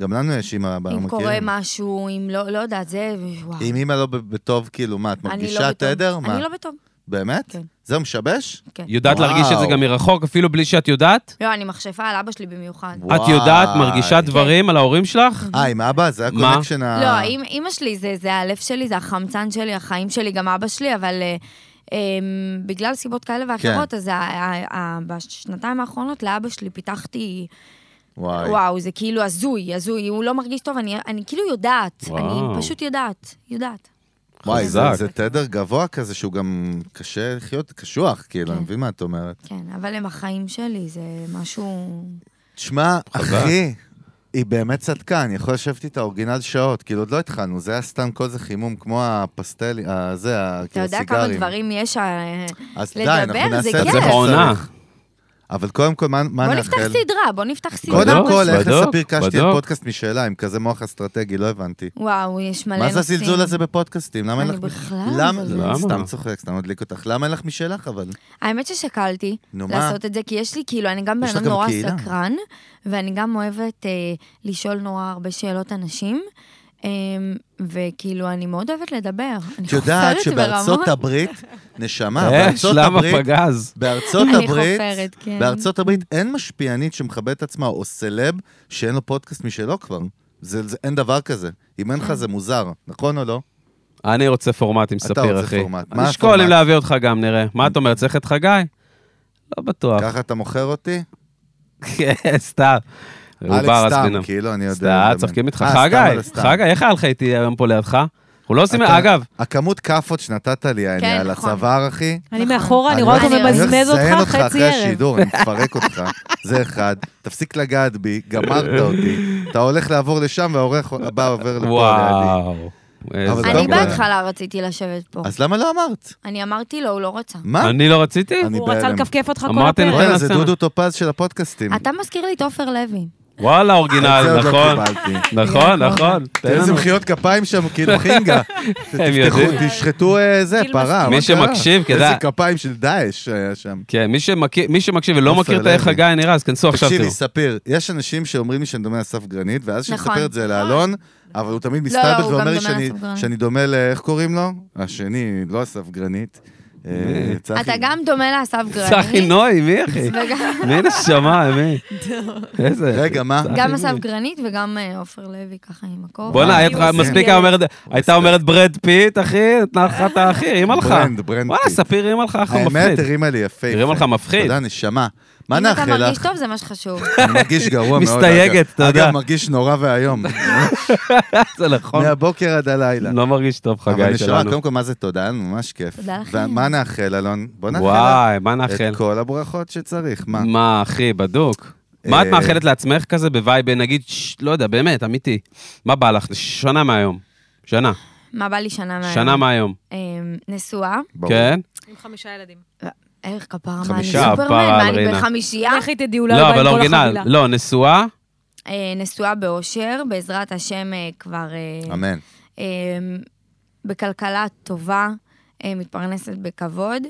B: גם לנו יש אימא הבאה,
D: אם קורה משהו, אם לא, לא יודעת, זה, וואו.
B: אם אימא לא ב- בטוב, כאילו, מה, את
D: אני לא
B: מרגישה
D: בטוב.
B: תדר? מה?
D: אני לא בטוב,
B: באמת?
D: כן.
B: זהו משבש?
D: כן.
A: יודעת
B: וואו.
A: להרגיש את זה גם מרחוק, אפילו בלי שאת יודעת?
D: לא, אני מכשפה על אבא שלי במיוחד.
A: את יודעת,
B: וואי.
A: מרגישה דברים על ההורים שלך?
B: אה, עם אבא? זה
A: מה?
B: הקונקשן ה...
D: Mm-hmm. לא, אימא- אימא שלי זה, זה הלב שלי, זה החמצן שלי, החיים שלי, גם אבא שלי, אבל אה, אמ, בגלל סיבות כאלה ואחרות,
B: כן.
D: אז ה- ה- ה- בשנתיים האחרונות לאבא שלי פיתחתי,
B: וואי.
D: וואו, זה כאילו הזוי, הזוי, הוא לא מרגיש טוב, אני אני כאילו יודעת,
A: וואו.
D: אני פשוט יודעת, יודעת.
B: וואי, זה,
A: חזק.
B: זה תדר גבוה כזה שהוא גם קשה לחיות, קשוח, כאילו, אני
D: כן.
B: מבין מה את אומרת.
D: כן, אבל הם החיים שלי, זה משהו...
B: תשמע,
A: חזק.
B: אחי, היא באמת צדקה, אני יכול לשבת איתה אורגינל שעות, כאילו, עוד לא התחלנו, זה היה סתם כל זה חימום, כמו הפסטל, אה, זה, ה-
D: אתה
B: כאילו,
D: יודע כמה
B: סיגרים.
D: דברים יש... אה,
B: אז די,
D: לדבר,
B: אנחנו
D: זה
B: נעשה את
D: כיף.
B: זה
A: זה
B: כמו
A: בעונה.
B: שצריך. אבל קודם כל, מה מה
D: בוא
B: נאחל?
D: נפתח סדרה, בוא נפתח סדרה.
B: קודם
A: בדוק,
B: כל, איך
A: בדוק,
B: לספיר קשתי על
A: בדוק.
B: פודקאסט משאלה, עם כזה מוח אסטרטגי, לא הבנתי.
D: וואו, יש מלא
B: מה
D: נושאים.
B: זה הזלזול הזה בפודקאסטים? למה אין לך...
D: אני בכלל
B: למה?
D: לא
A: למה?
B: סתם צוחק, סתם מדליק אותך. למה אין לך משלך, אבל?
D: האמת ששקלתי
B: נו, מה?
D: לעשות את זה, כי יש לי, כאילו, אני גם בן
B: יש לך
D: אדם
B: גם
D: נורא
B: קהילה.
D: סקרן, ואני גם אוהבת אה, לשאול נורא הרבה שאלות אנשים, אה, וכאילו, אני מאוד אוהבת לדבר. אני
B: את יודעת
D: חופרת ברמות.
B: שבארצות הברית, נשמה,
A: אש,
B: בארצות
A: אה, למה
B: הברית,
A: פגז?
B: בארצות
D: אני
B: הברית,
D: חופרת, כן.
B: בארצות הברית אין משפיענית שמכבדת עצמה, או סלב, שאין לו פודקאסט משלו כבר. זה, זה, אין דבר כזה. אם אין
D: כן.
B: לך זה מוזר, נכון או לא?
A: אני רוצה פורמט עם
B: אתה
A: ספיר,
B: רוצה
A: אחי.
B: פורמט. מה
A: אני אשקול
B: הפורמט?
A: אם להביא אותך גם, נראה. מה את אומרת, צריך את חגי? לא בטוח.
B: ככה אתה מוכר אותי?
A: כן, סתם. הוא
B: אלכס
A: בר
B: סתם,
A: אספינם.
B: כאילו, אני יודע.
A: סתם,
B: לדמיין.
A: צוחקים איתך.
B: אה, סתם על
A: חגי,
B: הסתם.
A: חגי, איך היה לך איתי היום פה לידך? אנחנו לא עושים...
B: אתה-
A: אגב,
B: הכמות כאפות שנתת לי, אני
D: כן,
B: על
D: נכון.
B: הצוואר, אחי. לא
E: אני מאחורה, אני
D: אני
E: רואה אותו
D: רואה-
E: ממזמז
B: אני
E: אותך
B: הולך לזיין
E: חצי
B: אחרי
E: ערב.
B: השידור, אני מפרק אותך. זה אחד. תפסיק לגעת בי, גמרת אותי. אתה הולך לעבור לשם והעורך הבא עובר לפה לידי.
A: וואו. איזה
B: אבל
A: גבר.
D: אני
B: קודם כל-
D: בהתחלה רציתי לשבת פה.
B: אז למה לא אמרת?
D: אני אמרתי לו, הוא לא רצה.
B: מה?
A: אני לא רציתי?
B: אה? אני
E: הוא רצה
B: בהלם.
E: לקפקף אותך כל
A: אמרתי לו,
E: הפרק.
B: וואלה, זה
A: תנסה.
B: דודו טופז של הפודקאסטים.
D: אתה מזכיר לי את עופר לוי.
A: וואלה,
B: את זה
A: אורגינל,
B: עוד לא
A: נכון.
B: קיבלתי.
A: נכון, נכון.
B: תראה איזה מחיאות כפיים שם, כאילו חינגה.
A: יודעים.
B: תפתחו, תשחטו אה, זה,
E: כאילו
B: פרה.
A: מי
B: מה קרה?
A: שמקשיב,
B: איזה
A: כדאי.
B: כפיים של דאעש היה שם.
A: כן, מי שמכיר- מי שמקשיב ולא
B: עופר
A: מכיר את איך
B: לוי.
A: חגי נראה, אז כנסו עכשיו, תראו.
B: תקשיבי, ספיר, יש אנשים שאומרים לי שאני דומה לאסף גרנית, ואז כשאני
D: נכון.
B: מספר את זה לאלון, אבל הוא תמיד
D: לא, הוא
B: מסתלבט
D: גם
B: ואומר לי
D: דומה
B: שאני-
D: לאסף גרנית.
B: שאני דומה ל... איך קוראים לו? השני, לא אסף גרנית. אה, צחי.
D: אתה גם דומה לאסף
A: צחי
D: גרנית.
A: נוי, מי אחי?
D: וגם-
A: מי נשמה, מי? איזה...
B: רגע, מה?
A: צחי
D: גם
A: נוי.
D: אסף גרנית וגם אה, עופר לוי, ככה עם הכובע.
A: בואנה, היית-
E: הוא
A: מספיק
E: מסתכל.
A: היה אומרת- הייתה אומרת ברד פיט, אחי, נתנה לך את האחי, הרימה לך.
B: ברנד, ברנד
A: וואלה,
B: פיט.
A: ספיר הרימה לך, אנחנו
B: האמת,
A: מפחיד.
B: הרימה לי יפה.
A: הרימה לך מפחיד.
B: תודה, נשמה. מה
D: אם אתה
B: נאחל
D: מרגיש
B: לך?
D: טוב, זה מה שחשוב.
B: אני מרגיש גרוע מאוד.
A: מסתייגת,
B: אגב.
A: אתה יודע.
B: אגב, מרגיש נורא ואיום.
A: זה נכון.
B: מהבוקר עד הלילה.
A: לא מרגיש טוב,
B: אבל
A: חגי
B: נשמה,
A: שלנו.
B: קודם כל, מה זה תודה? ממש כיף.
D: תודה לכם.
B: ומה נאחל, אלון? בוא נאחל לך
A: וואי, מה נאחל?
B: את כל הברכות שצריך, מה?
A: מה, אחי, בדוק. מה את
B: אה,
A: מאחלת לעצמך כזה בווייב, נגיד, ש- לא יודע, באמת, אמיתי. מה בא לך? שנה מהיום. שנה.
D: מה בא לי שנה מהיום?
A: שנה מהיום.
D: אמ, נשואה.
B: ברור.
A: כן?
E: עם חמישה ילדים.
D: איך כפרה, מה, אני
B: חמישה,
D: סופרמן?
A: פרה
D: מה,
A: על
D: אני
A: רינה.
D: בחמישייה?
E: איך היא תדעי, אולי הוא
A: לא,
E: בא עם
A: אבל
E: כל
A: אורגינל.
E: החבילה.
A: לא, נשואה?
D: אה, נשואה באושר, בעזרת השם אה, כבר... אה,
B: אמן.
D: אה, בכלכלה טובה, אה, מתפרנסת בכבוד.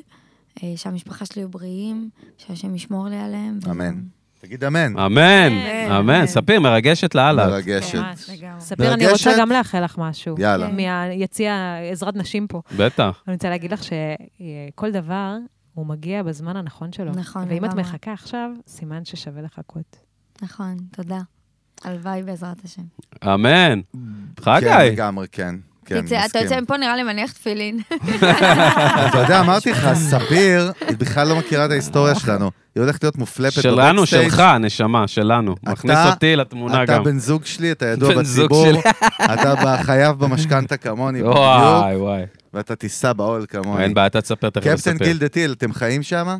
D: אה, שהמשפחה שלי יהיו בריאים, שהשם ישמור לי עליהם.
B: אמן. תגיד אמן.
A: אמן. אמן.
E: אמן.
A: ספיר, מרגשת לאללה.
B: מרגשת.
E: ממש.
H: לגמרי.
E: ספיר, אני
B: מרגשת?
E: רוצה גם לאחל לך משהו. כן.
B: יאללה.
E: מהיציע עזרת נשים פה.
A: בטח.
E: אני רוצה להגיד לך שכל דבר, הוא מגיע בזמן הנכון שלו.
D: נכון,
E: ואם את
D: לגמרי.
E: מחכה עכשיו, סימן ששווה לחכות.
D: נכון, תודה. הלוואי בעזרת השם.
A: אמן.
B: כן,
A: חגי.
B: לגמרי, כן. כן,
D: תצא- אתה יוצא מפה נראה לי מניח תפילין.
B: אתה יודע, אמרתי לך, ספיר, היא בכלל לא מכירה את ההיסטוריה שלנו. היא הולכת להיות מופלפת
A: שלנו,
B: בבקסטייג'.
A: שלך, נשמה, שלנו.
B: אתה-
A: מכניס אותי לתמונה
B: אתה
A: גם.
B: בן זוג שלי, אתה ידוע
A: בן זוג
B: בציבור,
A: שלי.
B: אתה ב- חייב במשכנתה כמוני בדיוק,
A: וואי, וואי.
B: ואתה תישא בעול כמוני.
A: אין בעיה, אתה תספר תכף.
B: קפטן
A: נספר.
B: גיל דה טיל, אתם חיים שם?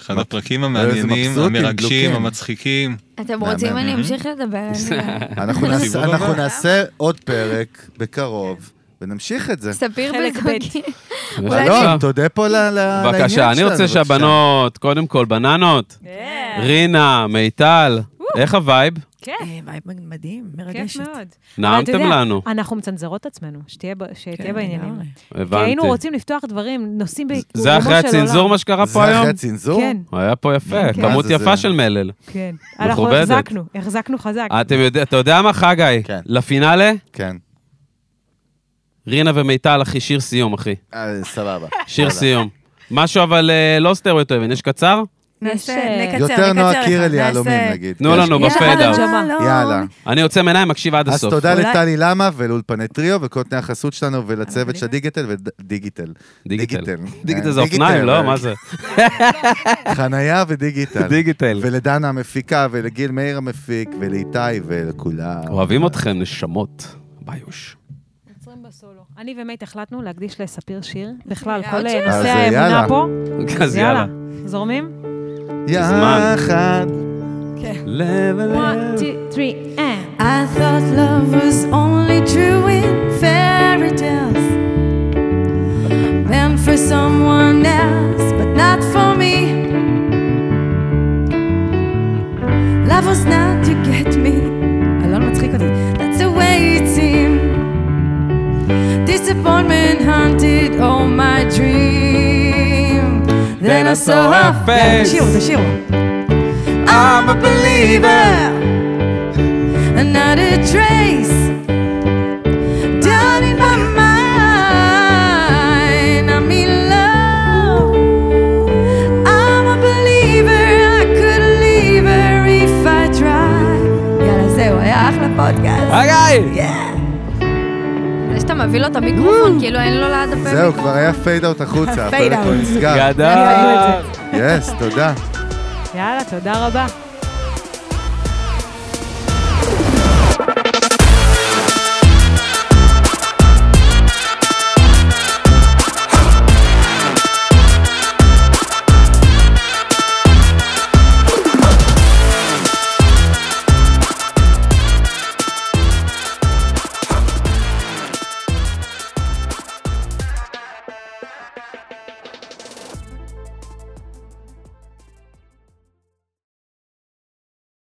C: אחד הפרקים
B: איזה
C: המעניינים,
B: מבסוטים,
C: המרגשים,
B: דלוקים.
C: המצחיקים.
D: אתם רוצים, אני
B: מהמם.
D: אמשיך לדבר. אין לי בעיה.
B: אנחנו נעשה-
C: סיבוב
B: אנחנו
C: הבא.
B: נעשה עוד פרק בקרוב, ונמשיך את זה.
D: ספיר
E: חלק
D: בזוגי. אולי כן. אני-
B: אלון, תודה פה ל- ל- לעניין שלנו.
A: בבקשה, אני רוצה
B: בבקשה.
E: כן.
A: כן, שהבנות, קודם כל, בננות, רינה, מיטל, איך הווייב?
E: כן.
H: אה, וייב מדהים,
E: כיף
H: מרגשת.
E: מאוד. אבל
A: נעמתם
E: אתה יודע,
A: לנו,
E: אנחנו מצנזרות את עצמנו, שתהיה, ב- שתהיה
H: כן,
E: בעניינים.
H: לגמרי.
E: כי
A: הבנתי.
E: היינו רוצים לפתוח דברים, נושאים בעיקרו
A: זה אחרי הצנזור מה שקרה פה
B: זה
A: היום?
B: אחרי הצנזור?
E: כן,
A: היה פה יפה,
E: כן.
A: כמות
B: אז זה-
A: יפה של מלל.
E: כן. אנחנו
A: מכובדת.
E: החזקנו, החזקנו חזק.
A: אתם יודע- אתה יודע מה, חגי?
B: כן.
A: לפינאלה,
B: כן.
A: רינה ומיטל, אחי, שיר סיום, אחי.
B: אה, סבבה.
A: שיר
B: יאללה.
A: סיום. משהו אבל אה, לא סטריאוטובין, יש קצר?
H: נעשה,
E: יש,
H: נקצר,
B: יותר
H: נקצר
B: נועה
H: לך,
B: קירל
H: נעשה-
B: יהלומים, נגיד.
A: תנו לנו
E: יש לך
A: בפייד
E: לנו
A: אאוט.
E: ג'מה.
B: יאללה.
A: אני עוצם עיניים, מקשיב עד
B: אז
A: הסוף.
B: תודה
H: אולי-
B: לטלי למה ולאולפני טריו וקוטני החסות שלנו ולצוות
H: אבל
B: של דיגיטל ודיגיטל.
A: דיגיטל. דיגיטל
B: אה,
A: זה אופניים, לא? מה זה?
B: חנייה ודיגיטל.
A: דיגיטל.
B: ולדנה המפיקה ולגיל מאיר המפיק ולאיתי ולכולם.
A: אוהבים אתכם, נשמות. ביוש.
E: עוצרים בסולו. אני ומייט החלטנו להקדיש לספיר שיר. בכלל, כל אה,
D: עוד שיר?
B: אז אה,
E: נושא האמונה
B: יאללה.
E: פה.
A: אז יאללה.
E: זורמים?
A: בזמן.
B: יחד.
A: לב אל
E: 1, 2, 3, and...
F: I thought love was only true in fairy tales. Meant for someone else, but not for me. Love was not to get me. אלון מצחיק אותי. That's the way it seemed. Disappointment hunted all my dream. Then I saw her face. תשאירו, תשאירו. I'm a believer. another trace down in my mind. I'm in love. I'm a believer. I could leave her if I tried. יאללה, זהו, היה אחלה פודקאסט.
A: חגי!
D: זה שאתה מביא לו את המיקרופון, כאילו אין לו ליד הפה.
B: זהו, כבר היה פייד אאוט החוצה.
H: פייד
B: הפלאפון
H: אאוט.
B: נסגר.
A: גדל!
B: יס, תודה.
E: יאללה, תודה רבה.